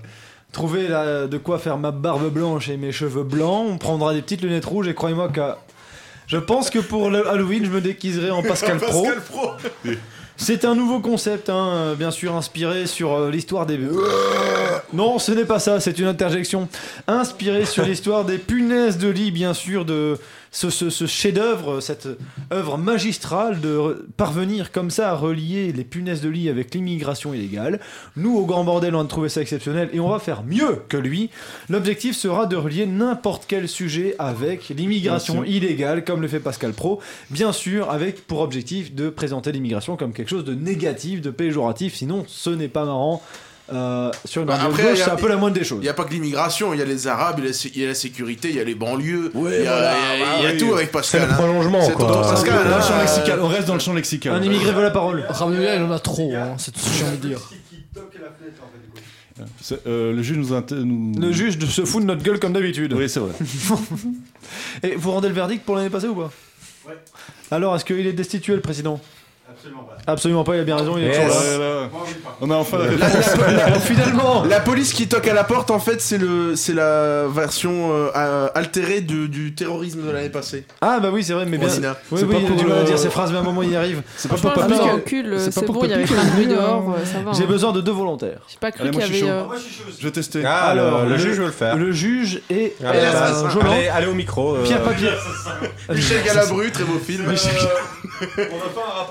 trouver la- de quoi faire ma barbe blanche et mes cheveux blancs. On prendra des petites lunettes rouges et croyez-moi que je pense que pour le Halloween, je me déguiserai en Pascal Pro.
Pascal Pro
C'est un nouveau concept, hein, euh, bien sûr inspiré sur euh, l'histoire des. Non, ce n'est pas ça, c'est une interjection. Inspiré sur l'histoire des punaises de lit, bien sûr, de, ce, ce- ce chef-d'œuvre, cette œuvre magistrale de re- parvenir comme ça à relier les punaises de lit avec l'immigration illégale. Nous, au grand bordel, on a trouvé ça exceptionnel et on va faire mieux que lui. L'objectif sera de relier n'importe quel sujet avec l'immigration
Bien sûr.
illégale, comme le fait Pascal Pro, bien sûr, avec pour objectif de présenter l'immigration comme quelque chose de négatif, de péjoratif, sinon ce n'est pas marrant. Euh, sur une
Bah,
radio de
après,
gauche,
y a-
c'est un peu la moindre des choses.
Il n'y a pas que l'immigration, il y a les Arabes, il y a la sé- il y, a la sécurité, il y a les banlieues, il y a,
voilà,
il y a-
bah
il y a
oui.
tout avec Pascal.
C'est le
hein.
prolongement,
C'est
quoi. Ah,
tonton Pascal.
Dans le champ
hein.
lexical,
on reste dans le champ lexical.
Euh,
Un immigré veut la parole.
Ramiola, il en a trop, hein, c'est tout ce que j'ai envie de dire.
C'est- euh, le juge nous, inter- nous-
Le juge se fout de notre gueule comme d'habitude.
Oui, c'est vrai.
Et vous rendez le verdict pour l'année passée ou pas
Ouais.
Alors, est-ce qu'il est destitué, le président
Absolument pas.
Absolument pas, il a bien raison, il est
Yes.
toujours là.
Ouais, là, là. On a enfin la
La-
réponse.
la- la-
Finalement
La police qui toque à la porte, en fait, c'est le, c'est la version euh, euh, altérée du, du terrorisme de l'année passée.
Ah bah oui, c'est vrai, mais bien.
Rosina.
Oui,
C'est
oui,
pas
il a
pour euh,
du mal à
le-
dire ces phrases, mais à un moment, il y arrive.
C'est
Franchement, je me calcule, euh, c'est bon, il y avait plein de bruit dehors, euh, ça va.
J'ai
hein.
besoin de deux volontaires.
J'ai pas cru
Allez,
qu'il
moi,
y
je suis
avait.
chaud.
euh,
Je vais tester.
Ah, alors, le, juge veut le faire.
Le juge et
Ah, bah,
euh,
bah,
Jolan.
allez, allez au micro. euh,
Pierre Papier. Ah,
Michel Galabru, très beau film. Euh,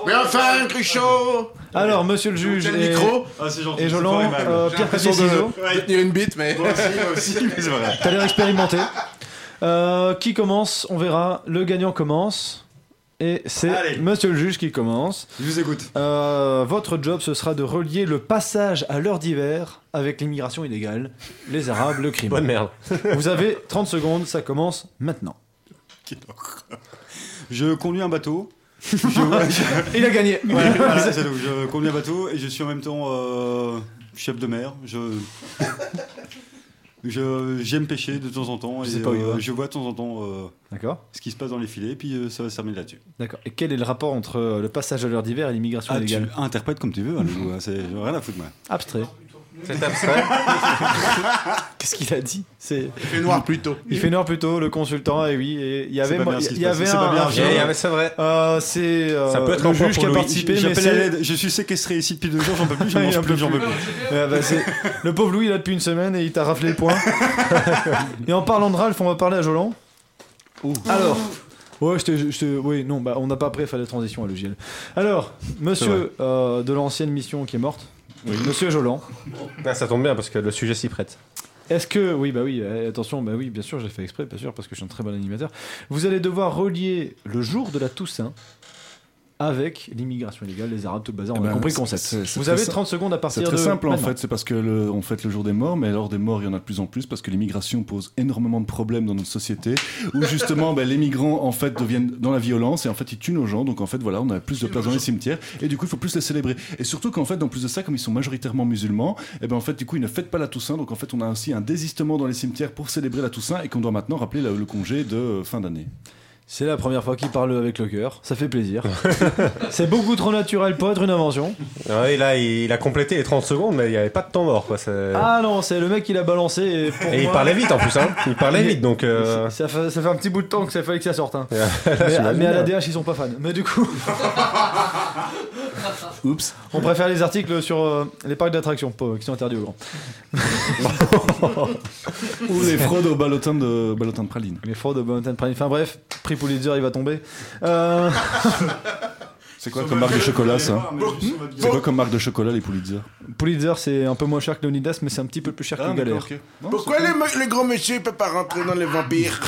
Mais enfin, Cruchot
Alors, monsieur le juge
J'ai le
et,
micro.
Ah,
et Jolan, euh, Pierre Papier Ciseaux,
de tenir une bite, mais. Moi aussi, moi aussi, mais c'est vrai.
t'as l'air expérimenté. Euh, qui commence On verra. Le gagnant commence. Et c'est monsieur le juge qui commence.
Je vous écoute.
Euh, votre job, ce sera de relier le passage à l'heure d'hiver avec l'immigration illégale, les Arabes, le crime.
Bonne merde.
Vous avez 30 secondes, ça commence maintenant.
Je conduis un bateau. Je- je-
Il a gagné.
Voilà, voilà, c'est tout. Je conduis un bateau et je suis en même temps euh, chef de mer. Je je- j'aime pêcher de temps en temps
Je
et
sais pas où il
euh,
va.
je vois de temps en temps euh,
D'accord
ce qui se passe dans les filets. Puis euh, ça va se terminer là-dessus.
D'accord. Et quel est le rapport entre euh, le passage à l'heure d'hiver et l'immigration
Ah, tu
illégale
interprètes comme tu veux. hein, le goût, hein, c'est j'ai rien à foutre moi.
Abstrait.
C'est abstrait.
Qu'est-ce qu'il a dit C'est-
Il fait noir plutôt.
Il fait noir plutôt, le consultant, et oui. Et il y avait,
pas
moi-
bien ce qui
il
se
y
passe,
avait
c'est pas
un.
bien,
un
j'ai-
film.
Eh, ouais, c'est vrai.
Euh, c'est euh,
Ça peut être
le
un point
juge
pour
qui a
Louis.
participé, mais
J'appelle à
c'est-
l'aide. Je suis séquestré ici depuis deux jours. J'en peux plus. Je
Il y a
mange
un
plus.
peu
J'en peux
plus.
plus.
Ouais, bah, c'est- le pauvre Louis, il a depuis une semaine et il t'a raflé le point. et en parlant de Ralph, on va parler à Jolan. Alors. Ouais, je te- je te- oui, non, bah, on n'a pas après faire des transitions à l'UGL. Alors, monsieur euh, de l'ancienne mission qui est morte, monsieur Jolan,
Ah, ça tombe bien parce que le sujet s'y prête.
est-ce que, oui, bah oui, euh, attention, bah oui, bien sûr, j'ai fait exprès, bien sûr, parce que je suis un très bon animateur, vous allez devoir relier le jour de la Toussaint avec l'immigration illégale, les Arabes, tout le bazar, on
Eh
a
ben,
compris le
c'est-
concept.
c'est- c'est
vous
très
avez
sim-
30 secondes à
C'est
partir de.
très simple en
maintenant.
fait, c'est parce que le- on fête le jour des morts, mais lors des morts, il y en a de plus en plus parce que l'immigration pose énormément de problèmes dans notre société, où justement ben, les migrants en fait deviennent dans la violence et en fait ils tuent nos gens, donc en fait voilà, on a plus de place dans les cimetières et du coup il faut plus les célébrer. Et surtout qu'en fait, en plus de ça, comme ils sont majoritairement musulmans, et ben en fait du coup ils ne fêtent pas la Toussaint, donc en fait on a aussi un désistement dans les cimetières pour célébrer la Toussaint et qu'on doit maintenant rappeler la- le congé de euh, fin d'année.
C'est la première fois qu'il parle avec le cœur, ça fait plaisir. c'est beaucoup trop naturel pour être une invention.
Ah oui, là, il, il a complété les 30 secondes, mais il n'y avait pas de temps mort. Quoi.
Euh.
c'est-
Ah non, c'est le mec qui l'a balancé. Et, pour
et il
moi-
parlait vite en plus. Hein. Il parlait vite, donc. euh,
Ça fait, ça fait un petit bout de temps que ça fallait que ça sorte. hein.
là,
mais,
Ah, j'imagine
mais à la
bien.
DH, ils sont pas fans. Mais du coup,
Oups.
on préfère les articles sur euh, les parcs d'attractions pauvres, qui sont interdits aux grands.
Ou les fraudes au ballotin de, ballotin de praline.
Les fraudes de Mountain Prime. Enfin bref, prix Pulitzer, il va tomber. Euh,
C'est quoi comme marque de chocolat
hein.
ça C'est quoi comme marque de chocolat les Pulitzer
Pulitzer, c'est un peu moins cher que Leonidas, mais c'est un petit peu plus
Ah,
cher
Ah,
que Galère.
Pourquoi le, me- le grand monsieur peut pas rentrer dans les vampires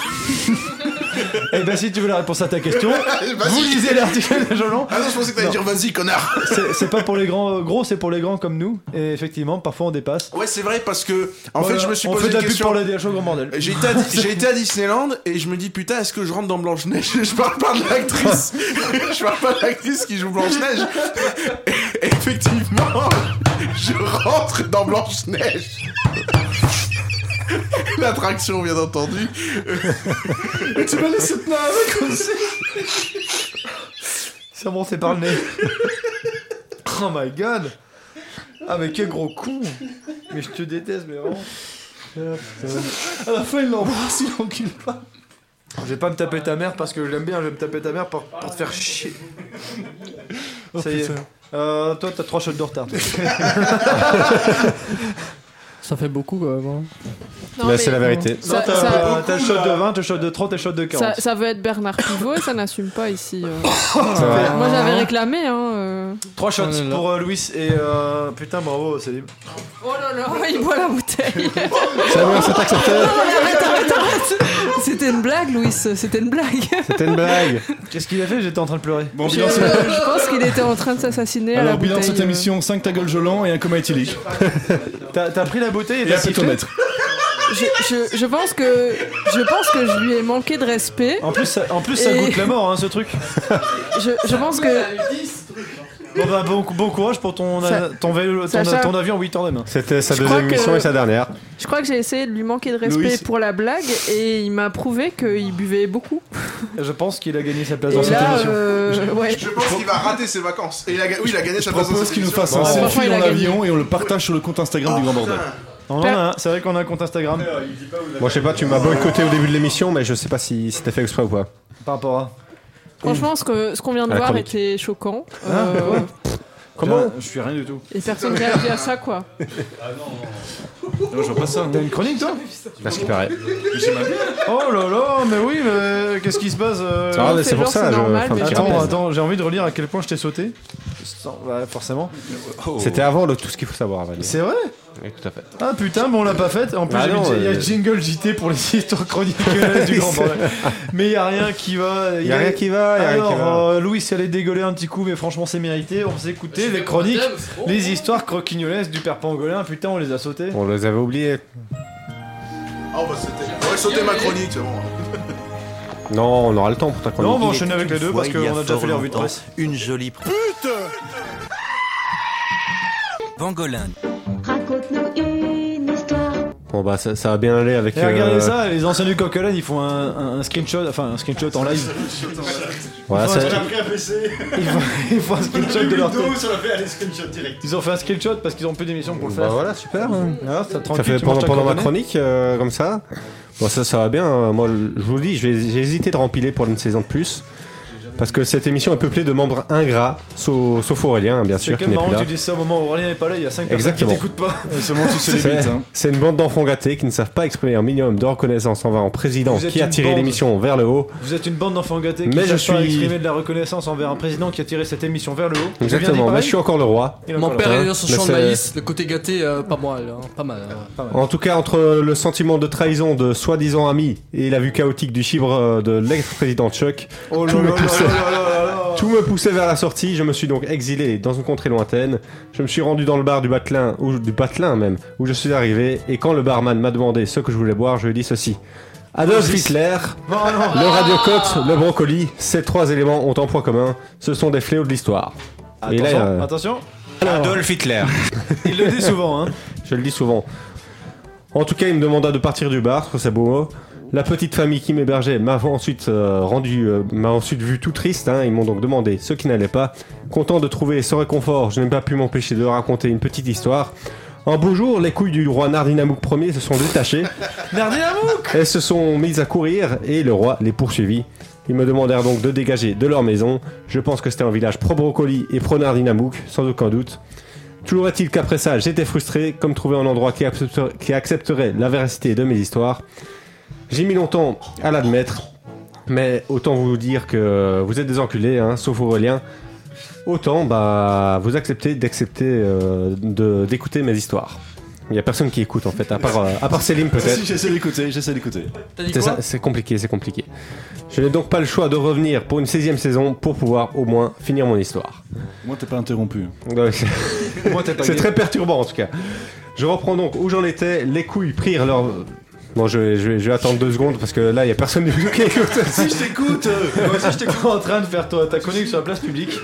Eh ben, si tu veux la réponse à ta question,
Eh, Vas-y.
vous lisez l'article de Jolan.
Ah non, je pensais que t'allais
Non.
dire vas-y, connard
C'est c'est pas pour les grands euh, gros, c'est pour les grands comme nous. Et effectivement, parfois on dépasse.
Ouais, c'est vrai, parce que, en
Voilà,
fait, je me suis
Bah, on
posé
fait de
une
la pub
question.
pour la DH au grand bordel.
Euh, J'ai été, à Di- j'ai été à Disneyland et je me dis putain est-ce que je rentre dans Blanche Neige Je parle pas de l'actrice, je parle pas de l'actrice qui joue Blanche Neige. Effectivement, je rentre dans Blanche Neige. L'attraction bien entendu. Et tu m'as laissé tenir avec aussi.
Ça montait par le nez. oh my god Ah mais quel gros con Mais je te déteste mais vraiment. Euh, à la fin il l'embrasse, il l'encule pas. Je vais pas me taper ta mère parce que je l'aime bien, je vais me taper ta mère pour, pour te faire chier. Oh, Ça y est. Euh, toi t'as trois shots de retard. toi.
Ça fait beaucoup quand même. hein.
Non, Bah, mais- c'est la vérité.
T'as
Ça- ça-
t'as- t'as le shot de 20, t'as le shot de 30 et le shot de
Ça,
40.
ça veut être Bernard Pivot et ça n'assume pas ici. euh.
va.
Moi j'avais réclamé. Hein, euh.
3 shots pour euh, Louis et euh, putain bravo Salim.
Oh là là, il boit la bouteille.
c'est accepté.
Non, mais arrête, arrête, arrête. C'était une blague, Louis, c'était une blague.
C'était une blague.
Qu'est-ce qu'il a fait J'étais en train de pleurer.
Bon,
Je, je pense qu'il était en train de s'assassiner à la
Alors, bilan de
bouteille. euh.
cette émission 5 ta gueule gelants et un coma éthylique.
T'as t'as pris la bouteille et
Et un
t'as sifflé
pétomètre.
Je, je- je pense que je pense que je lui ai manqué de respect.
En plus, ça, en plus, ça
Et-
goûte la mort, hein, ce truc.
Je, je pense que
Bon, bah, bon, bon courage pour ton, euh,
Ça-
ton, vélo- ton-
Sacha-
ton avion 8 heures demain.
C'était sa
Je crois
deuxième
que-
émission et sa dernière.
je crois que j'ai essayé de lui manquer de respect
Louis.
pour la blague et il m'a prouvé qu'il buvait beaucoup.
Je pense qu'il a gagné sa place
Et
dans cette
là,
émission.
euh, ouais.
Je pense qu'il va rater ses vacances. Et il a, ga- oui, il a gagné
Je
sa place dans
propose
cette
qu'il nous
émission.
fasse un
Bon.
selfie
franchement, il a
dans
gagné.
l'avion et on le partage sur le compte Instagram du Grand Bordel.
On en a un, c'est vrai qu'on a un compte Instagram.
Eh Bon, je sais pas, tu m'as boycotté au début de l'émission, mais je sais pas si, si t'as fait exprès ou pas.
Par rapport à.
Franchement, ce qu'on ce qu'on vient de
À la
voir
chronique.
était choquant.
Hein,
Euh,
ouais.
Comment
Je suis rien du tout.
Et personne n'a réagi à ça, quoi.
Non, je vois pas ça.
T'as une chronique toi
Parce
Euh,
qu'il paraît.
Oh là là, mais oui, mais qu'est-ce qui se passe euh,
Ah, mais
c'est
c'est pour
genre,
ça.
c'est
je-
normal,
enfin,
mais
petit
tu
Attends,
rappel.
attends, j'ai envie de relire à quel point je t'ai sauté. Attends, bah, forcément.
C'était avant le tout ce qu'il faut savoir, Valérie.
C'est vrai
Oui, tout à fait.
Ah putain, mais on l'a pas faite. En plus,
Bah
il y a-
non,
il y a
euh.
Jingle JT pour les histoires chroniques du grand bordel. Mais il y a rien qui va.
Il y a rien qui va, il y a rien qui
Alors,
va.
euh, Louis allait dégueuler un petit coup, mais franchement, c'est mérité. On s'est écouté les chroniques, les histoires croquignolesques du père pangolin. Putain, on les a sautées.
On les avait oubliés.
Oh, bah, c'était. On va sauter ma chronique, c'est bon.
Non, on aura le temps pour ta
Non, on
chronique.
va
Il
enchaîner
était
avec les
une
deux
fois,
parce
il y a
qu'on a déjà
fort
fait les revues de
longtemps,
presse.
Une jolie pute Pangolin.
Raconte-nous une histoire.
Bon, bah, ça, ça va bien aller avec.
Et regardez
euh,
ça, les anciens du Coquelin, ils font un, un- un screenshot, enfin un screenshot en live.
Voilà,
Ils font un
Ah, ça-
screen-
Après un PC,
ils font- ils font un screenshot de leur
Windows, on a fait aller screenshot direct.
Ils ont fait un screenshot parce qu'ils ont plus d'émissions pour le
Bah
faire.
voilà, super. hein.
Ah, ça,
Ça
tranquille,
fait
tu
pendant,
manges ta
pendant ma
cordonnée.
chronique, euh, comme ça. Bon, ça, ça va bien. hein. Moi, je vous le dis, j'ai j'ai hésité de rempiler pour une saison de plus. Parce que cette émission est peuplée de membres ingrats, sauf, sauf Aurélien, hein, bien
C'est
sûr, qui
quand même
n'est plus
marrant que
là.
tu dises ça au moment où Aurélien n'est pas là, il y a 5 personnes qui
Exactement.
t'écoutent pas.
Seulement tous ces
C'est-
limites. hein.
C'est une bande d'enfants gâtés qui ne savent pas exprimer un minimum de reconnaissance envers un président
Vous êtes
qui a
une
tiré
bande.
l'émission vers le haut.
Vous êtes une bande d'enfants gâtés qui
Mais
cherchent
je
pas à
suis-
exprimer de la reconnaissance envers un président qui a tiré cette émission vers le haut. J'ai bien dit
Exactement,
pareil
mais je suis encore le roi.
Il est encore
Mon
là.
père est dans son
Mais
champ de
c'est-
maïs, le côté gâté, euh, pas mal. hein, pas mal. hein.
En tout cas, entre le sentiment de trahison de soi-disant ami et la vue chaotique du chibre euh, de l'ex-président Chuck,
Oh là
tout me
là là
poussait-
là là là là.
Tout me poussait vers la sortie, je me suis donc exilé dans une contrée lointaine. Je me suis rendu dans le bar du Batelin, ou du Batelin même, où je suis arrivé, et quand le barman m'a demandé ce que je voulais boire, je lui ai dit ceci. Adolf Hitler, le
ah.
radiocote, le brocoli, ces trois éléments ont un point commun, ce sont des fléaux de l'histoire. Et là,
Attention,
euh,
attention,
Adolf Hitler.
il le dit souvent. Hein.
Je le dis souvent. En tout cas, il me demanda de partir du bar, je trouve ça beau mot. La petite famille qui m'hébergeait m'a ensuite euh, rendu, euh, m'a ensuite vu tout triste. hein. Ils m'ont donc demandé ce qui n'allait pas. Content de trouver ce réconfort, je n'ai pas pu m'empêcher de leur raconter une petite histoire. Un beau jour, les couilles du roi Nardinamouk Ier se sont détachées. Elles se sont mises à courir et le roi les poursuivit. Ils me demandèrent donc de dégager de leur maison. Je pense que c'était un village pro-brocoli et pro-Nardinamouk, sans aucun doute. Toujours est-il qu'après ça, j'étais frustré, comme trouver un endroit qui, accepter- qui accepterait la véracité de mes histoires. J'ai mis longtemps à l'admettre, mais autant vous dire que vous êtes des enculés, hein, sauf Aurélien. Autant bah, vous acceptez d'accepter euh, de- d'écouter mes histoires. Il n'y a personne qui écoute en fait, à part, euh, à part Céline peut-être.
Si, j'essaie d'écouter, j'essaie d'écouter.
T'as dit
C'est
quoi
ça, c'est compliqué, c'est compliqué. Je n'ai donc pas le choix de revenir pour une 16 e saison pour pouvoir au moins finir mon histoire.
Moi, t'es pas interrompu.
Ouais, c'est-
Moi, t'es pas
c'est
gay.
très perturbant en tout cas. Je reprends donc où j'en étais, les couilles prirent leur... Non, je vais, je vais- je vais attendre deux secondes parce que là, il n'y a personne du public qui écoute.
Si, je t'écoute
euh. Moi aussi, j'étais en train de faire toi, ta chronique sur la place publique.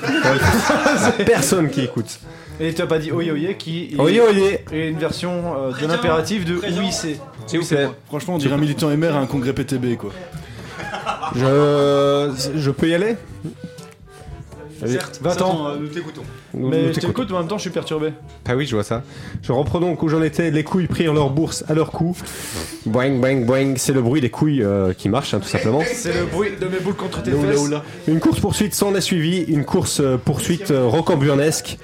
personne qui écoute.
Et tu as pas dit Oye Oye qui est,
Oyez, oyez
est une version euh, de
Présent,
l'impératif de
présent.
oui c'est.
S'il vous
c'est
plaît.
moi.
Franchement, on dirait un militant MR à un congrès PTB, quoi.
Je... je peux y aller Allez,
Certes,
va-t'en.
Satan, euh, nous t'écoutons.
Nous- nous
Mais je
t'écoutons.
t'écoute, mais en même temps, je suis perturbé.
Ah oui, je vois ça. Je reprends donc où j'en étais. Les couilles prirent leur bourse à leur cou. Boing, boing, boing. C'est le bruit des couilles euh, qui marchent, hein, tout simplement.
C'est le bruit de mes boules contre tes
Là, là,
fesses.
là. Une course poursuite s'en est suivie, une course euh, poursuite euh, rocamburnesque.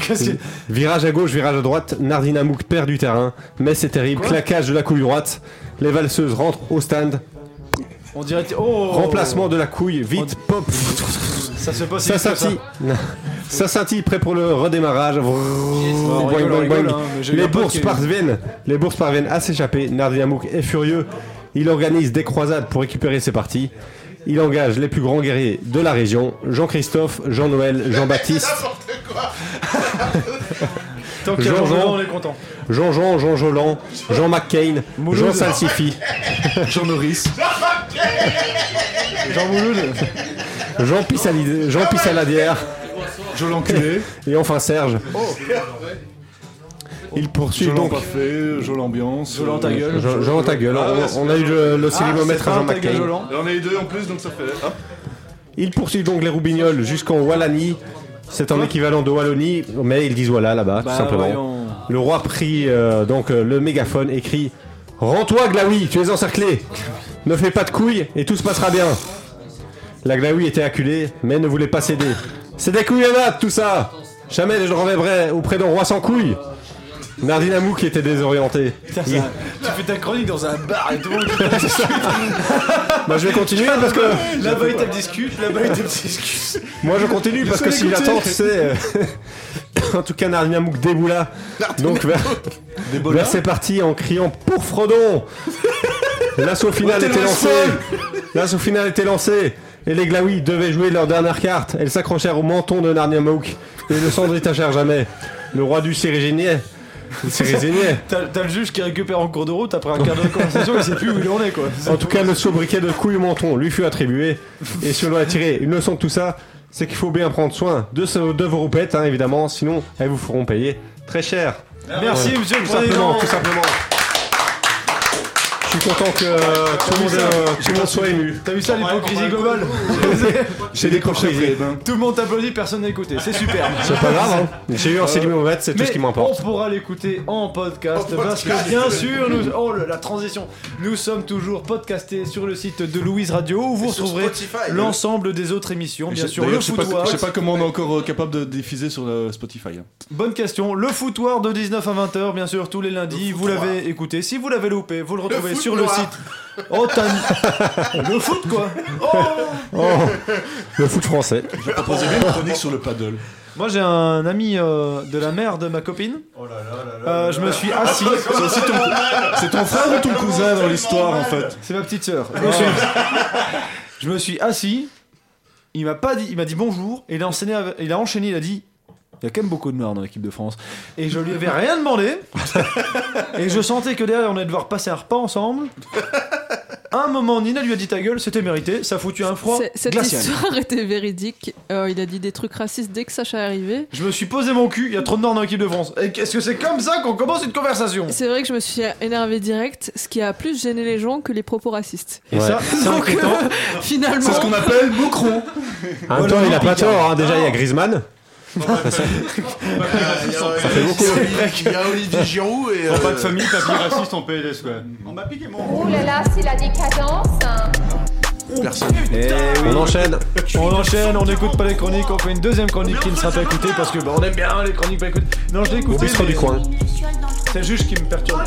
Qu'est-ce que-
Virage à gauche, virage à droite, Nardina Mouk perd du terrain, mais c'est terrible, claquage de la couille droite, les valseuses rentrent au stand,
On dirait. Oh
remplacement de la couille, vite, pop,
Ça se passe
ça scintille, ça scintille, prêt pour le redémarrage, Vrrr,
on
boing,
rigole, on
boing,
rigole,
boing.
hein, mais j'ai eu
les
un pote
bourses
qui-
parviennent, les bourses parviennent à s'échapper, Nardina Mouk est furieux, il organise des croisades pour récupérer ses parties. Il engage les plus grands guerriers de la région, Jean-Christophe, Jean-Noël, Jean-Baptiste,
N'importe quoi
Tant qu'il y a
Jean-Jean,
Jean-Jean, on est content.
Jean-Jean, Jean Jolan, Jean McCain,
Mouloud.
Jean Salsifi,
Jean Norris,
Jean
Ah,
Mouloud, Jean, Pissalid- Jean Pissaladière,
Jean l'enculé.
et enfin Serge.
Oh.
Il poursuit
Jolant
donc.
parfait, Jolant ambiance.
Jolant ta gueule. Jo- Jolant ta
Ah,
gueule. On- on a eu le- le célémomètre à Jean McCain.
On a eu deux en plus, donc ça fait. hop.
Il poursuit donc les Roubignols jusqu'en Wallonie. C'est en équivalent de Wallonie, mais ils disent voilà là-bas,
Hein Bah,
tout simplement.
voyons.
Le roi prit euh, donc euh, le mégaphone et crie Rends-toi, Glaoui, tu es encerclé Ne fais pas de couilles et tout se passera bien. La Glaoui était acculée, mais ne voulait pas céder. C'est des couillonnades, tout ça Jamais je ne reviendrai auprès d'un roi sans couilles Nardina Mouk était désorienté.
Putain, ça- tu fais ta chronique dans un bar et tout.
Bah, je vais continuer parce que-
Là-bas, ils te discutent, là-bas, ils te discutent.
Moi je continue parce que si j'attends, tu sais. euh, en tout cas, Narnia Mouk déboula. Donc vers, vers ses parties en criant pour Frodon L'assaut final
Ôtez le
était lancé
respect
L'assaut final était lancé Et les Glaouis devaient jouer leur dernière carte. Elles s'accrochèrent au menton de Narnia Mouk et ne s'en détachèrent jamais. Le roi du Céréginier. Céréginier.
T'as t'as le juge qui récupère en cours de route après un quart d'heure de conversation, il sait plus où il en est quoi.
En tout cas, le sobriquet de couille au menton lui fut attribué. Et si on doit tirer une leçon de tout ça, c'est qu'il faut bien prendre soin de, ce- de vos roupettes, hein, évidemment, sinon elles vous feront payer très cher.
Merci, monsieur le
tout simplement,
président.
tout simplement. Je suis content que euh, tout le monde, euh, tout le monde soit ému.
T'as vu ça l'hypocrisie globale
J'ai décroché.
Tout le monde t'applaudit, personne n'a écouté, c'est Euh, superbe.
C'est pas grave, hein. J'ai eu un célibat, c'est tout
Mais
ce qui m'importe.
On pourra l'écouter en podcast
En
parce
podcast.
que bien sûr, nous. Oh le- la transition Nous sommes toujours podcastés sur le site de Louise Radio où vous
sur
retrouverez
Spotify.
l'ensemble des autres émissions, bien
D'ailleurs,
sûr. Le
je sais pas-
foutoir.
Je sais pas comment on est encore euh, capable de diffuser sur euh, Spotify. hein.
Bonne question. Le foutoir de 19 à 20h, bien sûr, tous les lundis. vous l'avez écouté. Si vous l'avez loupé, vous le retrouvez sur le
foutoir.
site. Oh, t'as- le foot, quoi. Oh
Oh, le foot français.
Je proposais bien une chronique sur le paddle.
Moi, j'ai un ami euh, de la mère de ma copine. Euh, je me suis assis.
C'est aussi ton- c'est ton frère ou ton cousin dans l'histoire, en fait
C'est ma petite sœur. Je me suis, je me suis assis. Il m'a pas dit. Il m'a dit bonjour. Et il a enchaîné. avec- Il a enchaîné. Il a dit. Il y a quand même beaucoup de noirs dans l'équipe de France. Et je lui avais rien demandé. Et je sentais que derrière, on allait devoir passer un repas ensemble. À un moment, Nina lui a dit ta gueule, c'était mérité, ça a foutu un froid
C'est- Cette
glacial.
histoire était véridique. Euh, il a dit des trucs racistes dès que Sacha est arrivé.
Je me suis posé mon cul, il y a trop de noirs dans l'équipe de France. Et qu'est-ce que c'est comme ça qu'on commence une conversation
C'est vrai que je me suis énervé direct, ce qui a plus gêné les gens que les propos racistes.
Et ça, Ouais. c'est
Donc,
inquiétant.
euh, finalement.
C'est ce qu'on
appelle Moucron.
En même temps, il a pas tort, hein. déjà
Ah.
il y a Griezmann. Ça- ça fait beaucoup.
Il y a Olivier Giroud et. euh,
Pas de famille, papy raciste en PLS, quoi. On m'a piqué mon.
Ouh là là, c'est la décadence.
Personne.
On enchaîne.
On enchaîne, on n'écoute pas les chroniques, on fait une deuxième chronique qui ne sera pas écoutée parce que bah, on aime bien les chroniques pas écoutées. Non, je l'ai écoutée.
bistrot
mais-
du coin.
C'est le juge qui me perturbe.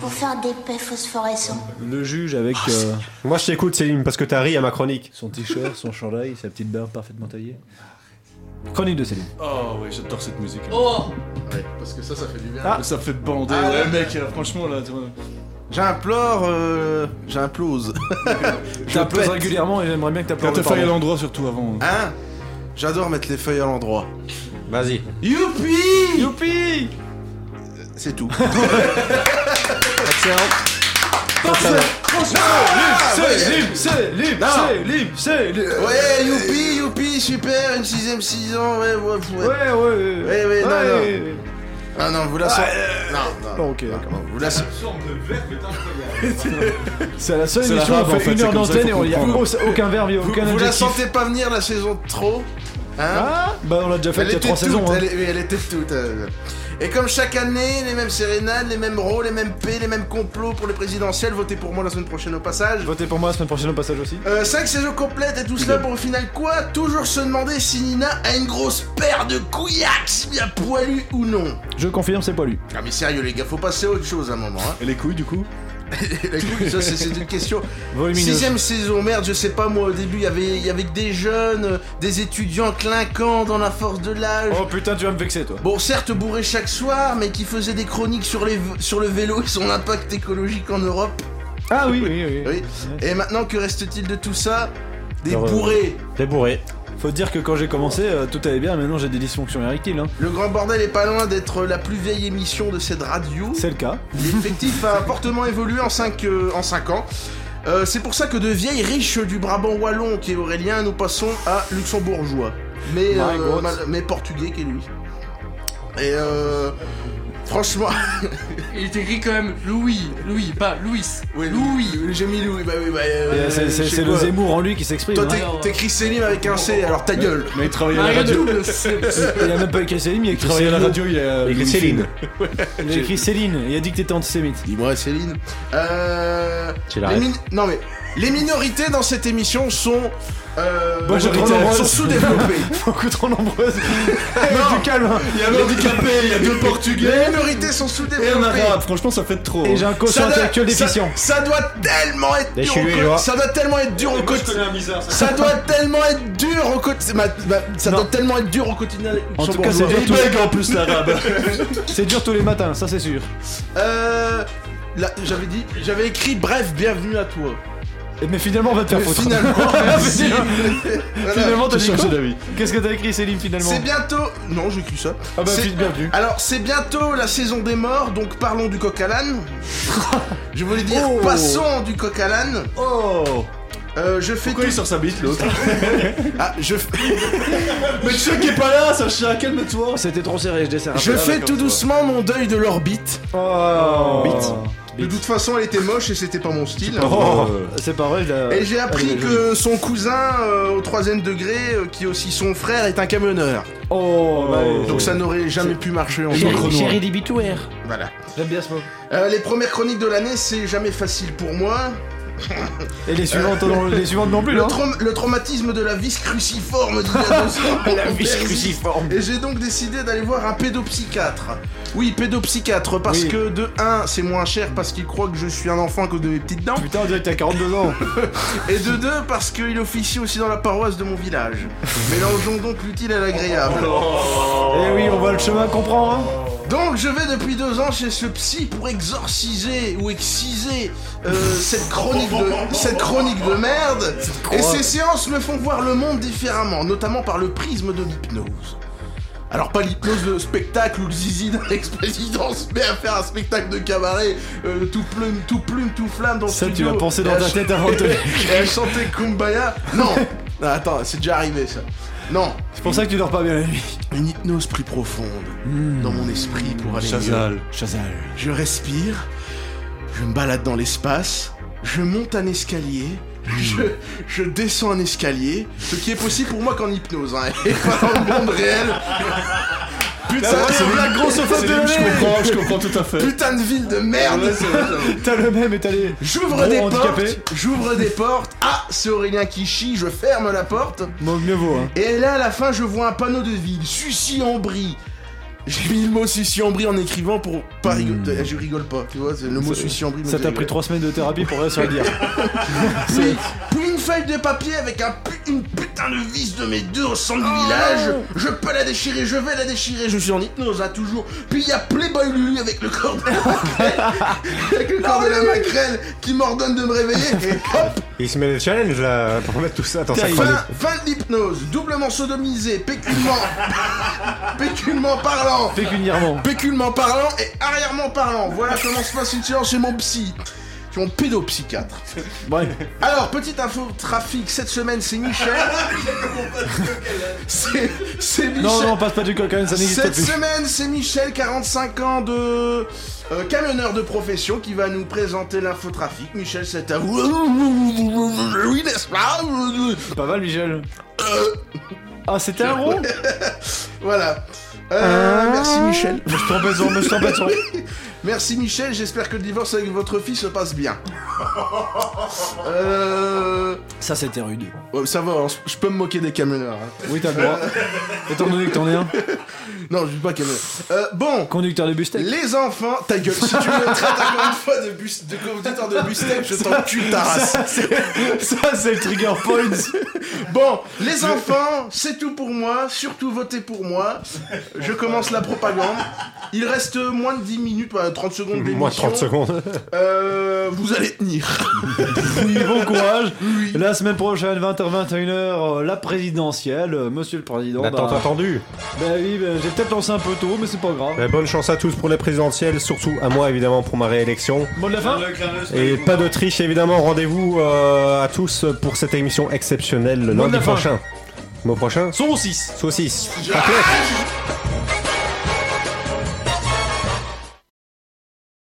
Pour faire des paix phosphorescents.
Le juge avec euh,
Moi je t'écoute Céline parce que t'as ri à ma chronique.
son t-shirt, son chandail, sa petite barbe parfaitement taillée. Chronique de Céline.
Oh ouais, j'adore cette musique.
Oh Parce que ça, ça fait du bien.
Ça fait bander,
Ah,
ouais,
ouais.
mec, là, franchement, là, tu vois.
J'implore. Euh... J'implose. Je
T'applauses
pète.
régulièrement et j'aimerais bien que
Quand
t'applaudes.
t'as failli à
pardon.
l'endroit, surtout avant.
Hein J'adore mettre les feuilles à l'endroit.
Vas-y.
Youpi
Youpi
C'est tout.
Excellent.
C'est libre, c'est libre,
Non.
c'est libre, c'est libre.
Ouais, youpi, youpi, super, une sixième, six ans, ouais, ouais, ouais.
Ouais, ouais,
Ouais, ouais,
ouais.
non, non. Ah non, vous la sortez.
Ah, euh,
Non, non.
bon, ok, d'accord.
non, Vous la sortez.
C'est la seule
C'est
émission
la
où on
rave, en
fait
fait,
une
c'est
heure
comme ça
d'antenne et
qu'il
on
faut
y a
comprendre.
au- aucun verbe, et
Vous,
aucun
vous la
adjectif.
sentez pas venir la saison de trop Hein
Bah on l'a déjà fait
elle
il y a
était
trois saisons.
toute,
hein.
elle, est- oui, elle était toute. euh. Et comme chaque année, les mêmes sérénades, les mêmes rôles, les mêmes paix, les mêmes complots pour les présidentielles. Votez pour moi la semaine prochaine au passage.
Votez pour moi la semaine prochaine au passage aussi.
5 Euh, saisons complètes et tout cela pour au final quoi Toujours se demander si Nina a une grosse paire de couillacs bien poilues ou non.
Je confirme, c'est poilu.
Ah mais sérieux les gars, faut passer à autre chose à un moment. Hein.
Et les couilles du coup
Les couilles, ça c'est c'est une question.
Volumineuse.
Sixième saison, merde, je sais pas moi, au début il y avait- il y avait que des jeunes, euh, des étudiants clinquants dans la force de l'âge.
Oh putain, tu vas me vexer toi.
Bon, certes bourré chaque soir, mais qui faisait des chroniques sur, les, sur le vélo et son impact écologique en Europe.
Ah oui, oui, oui.
Et maintenant, que reste-t-il de tout ça Des
Alors, euh,
bourrés.
T'es bourré. Faut dire que quand j'ai commencé, euh, tout allait bien, maintenant j'ai des dysfonctions érectiles. Hein.
Le grand bordel est pas loin d'être la plus vieille émission de cette radio.
C'est le cas.
L'effectif a fortement évolué en 5 en cinq ans. Euh, c'est pour ça que de vieilles riches du Brabant wallon qui est Aurélien, nous passons à luxembourgeois, mais
My
euh,
God.
mal- mais portugais qui est lui. Et euh, franchement,
Il est écrit quand même Louis, Louis, pas Louis.
Oui, Louis, j'ai mis Louis, bah oui, bah.
Et
euh,
c'est- c'est
je sais
c'est le
quoi.
Zemmour en lui qui s'exprime.
Toi,
hein.
t'es- t'écris Célim avec un C, alors ta gueule.
Mais il travaillait
à la radio.
il a même pas écrit Céline, mais il a écrit
travaillait à la
Céline.
radio, il y a- euh,
Il a écrit Céline.
Céline.
Il a écrit Céline, il a dit que t'étais antisémite.
Dis-moi Céline. Euh.
Tu
les min- Non mais les minorités dans cette émission sont euh,
Majoritaires.
sont- sont sous-développées.
Beaucoup trop nombreuses. du calme.
Il y a un handicapé, il y a deux portugais. Les minorités sont
Et un
sous-développées.
arabe, franchement ça fait trop. hein.
Et j'ai un
Ça
quotient
doit-
intellectuel
ça-
déficient.
Ça doit tellement être
Des
dur.
chelous,
au
il
co-
y aura.
Ça doit tellement être dur au quotidien. Ça doit tellement être dur au quotidien. Ça doit tellement être dur au quotidien.
En tout cas, c'est dur,
Et
tous-
bègue en plus l'arabe.
c'est dur tous les matins, ça c'est sûr.
Euh. là, j'avais dit, j'avais écrit bref, bienvenue à toi.
Et- Mais finalement, on va te faire
Mais
foutre.
finalement, si. Voilà.
Finalement, t'as
J'ai
dit quoi
changé d'avis.
Qu'est-ce que t'as écrit, Céline, finalement
C'est bientôt. Non, j'ai cru ça.
Ah bah,
C'est-
vite, bienvenue.
Alors, c'est bientôt la saison des morts, donc parlons du coq à l'âne. je voulais dire,
Oh.
passons du coq à l'âne.
Oh
Euh, je fais tout...
sur sa bite l'autre
Ah, je f-
Mais tu sais qui est pas là, Sacha, calme-toi
C'était trop serré, je desserre. Ah,
Je fais tout doucement mon deuil de l'orbite.
Oh
De toute façon, elle était moche et c'était pas mon style.
Oh. C'est pas vrai, je la-
Et j'ai appris
Elle est
que son cousin euh, au troisième degré, euh, qui est aussi son frère, est un camionneur.
Oh,
Donc ça hein. n'aurait jamais pu marcher en
Chéri- Chéri
des Voilà.
J'aime bien ce mot.
Euh, les premières chroniques de l'année, c'est jamais facile pour moi.
Et les suivantes, non, les suivantes non plus, hein.
le,
non
traum- le traumatisme de la vis cruciforme d'il y a deux ans.
La vis cruciforme.
Et j'ai donc décidé d'aller voir un pédopsychiatre. Oui, pédopsychiatre, parce
Oui.
que de 1, c'est moins cher parce qu'il croit que je suis un enfant à cause de mes petites dents.
Putain, on dirait que t'as 42 ans.
Et de 2, parce qu'il officie aussi dans la paroisse de mon village. Mélangeons donc l'utile à l'agréable. Oh.
Eh oui, on voit le chemin qu'on prend, hein
Donc je vais depuis deux ans chez ce psy pour exorciser ou exciser euh, cette chronique de cette chronique de merde. Et ces séances me font voir le monde différemment, notamment par le prisme de l'hypnose. Alors pas l'hypnose de spectacle ou le zizi d'un ex-président se met à faire un spectacle de cabaret euh, tout plume, tout plume, tout flamme dans le
Ça, tu
studio
l'as pensé dans
et à
ta
ch-
tête avant de te-
Et elle chantait Kumbaya. Non Ah, Attends, c'est déjà arrivé ça. Non,
C'est pour ça que tu dors pas bien la nuit.
une hypnose plus profonde dans mon esprit pour aller mieux.
Hmm. Chazal, Chazal.
Je respire, je me balade dans l'espace, je monte un escalier,
Hmm.
je, je descends un escalier, ce qui est possible pour moi qu'en hypnose, hein, et pas dans le monde réel. Putain, c'est la grosse
C'est lui, je comprends, je comprends tout à fait.
Putain de ville de merde
T'as le même et t'as les.
J'ouvre
Gros
des
handicapé.
portes, j'ouvre des portes, ah, c'est Aurélien qui chie, je ferme la porte,
Bon, mieux vaut, hein.
et là à la fin je vois un panneau de ville, Sucy en brie j'ai mis le mot sucy en brie en écrivant pour pas rigoler. Je rigole pas, tu vois, c'est le mot
Hmm. Ça-
sucy en brie. me
Ça
fait
t'a
rigoler.
pris 3 semaines de thérapie pour réussir à le dire.
Puis, puis une feuille de papier avec un pu- une putain de vis de mes deux au centre du village. Je peux la déchirer, je vais la déchirer. Je suis en hypnose, hein, toujours. Puis il y a Playboy Lulu avec le corps de la maquerelle, avec le corps de la maquerelle qui m'ordonne de me réveiller. Et hop,
Il se met des challenges là pour mettre tout ça dans sa chronique.
fin, fin de l'hypnose. Doublement sodomisé, péculement, péculement parlant.
Pécuniairement.
Péculement parlant et arrièrement parlant. Voilà comment se passe une séance chez mon psy. qui ont pédopsychiatre. Alors, petite info trafic, cette semaine, c'est Michel. c'est c'est Michel.
Non, non, on passe pas du coq à l'âne, ça n'existe
Cette
plus.
semaine, c'est Michel, 45 ans de euh, camionneur de profession, qui va nous présenter l'infotrafic. Michel, c'est à vous. Oui, n'est-ce pas
Pas mal, Michel.
Euh.
Ah, c'était un rond
Voilà. Euh, Merci, Michel.
Je suis tombé sur- je suis tombé sur-
Merci Michel, j'espère que le divorce avec votre fille se passe bien. Euh...
Ça c'était rude.
ça va, on s- je peux me moquer des camionneurs. hein.
Oui, t'as le droit. Étant donné que t'en es un.
Non, je dis pas camionneur. Euh, bon.
Conducteur de bus
Les enfants, ta gueule, si tu me traites encore une fois de, bus, de conducteur de bus je t'encule ta race.
Ça, c'est- ça, c'est le trigger point.
Bon, les enfants, c'est tout pour moi. Surtout votez pour moi. Je commence la propagande. Il reste moins de 10 minutes, euh, 30 secondes d'émission.
Moins de 30 secondes.
Euh, vous allez tenir.
Oui, bon courage. La semaine prochaine, 20h-21h, euh, la présidentielle. Euh, Monsieur le Président.
L'attente
bah-
attendue.
Bah oui, bah, j'ai peut-être lancé un peu tôt, mais c'est pas grave.
Ben, bonne chance à tous pour les présidentielles, surtout à moi évidemment pour ma réélection.
Bon de la fin
Et pas de triche évidemment, rendez-vous euh, à tous pour cette émission exceptionnelle le
Mot de
lundi
la fin.
prochain. Mot prochain
Saucisse
Saucisse.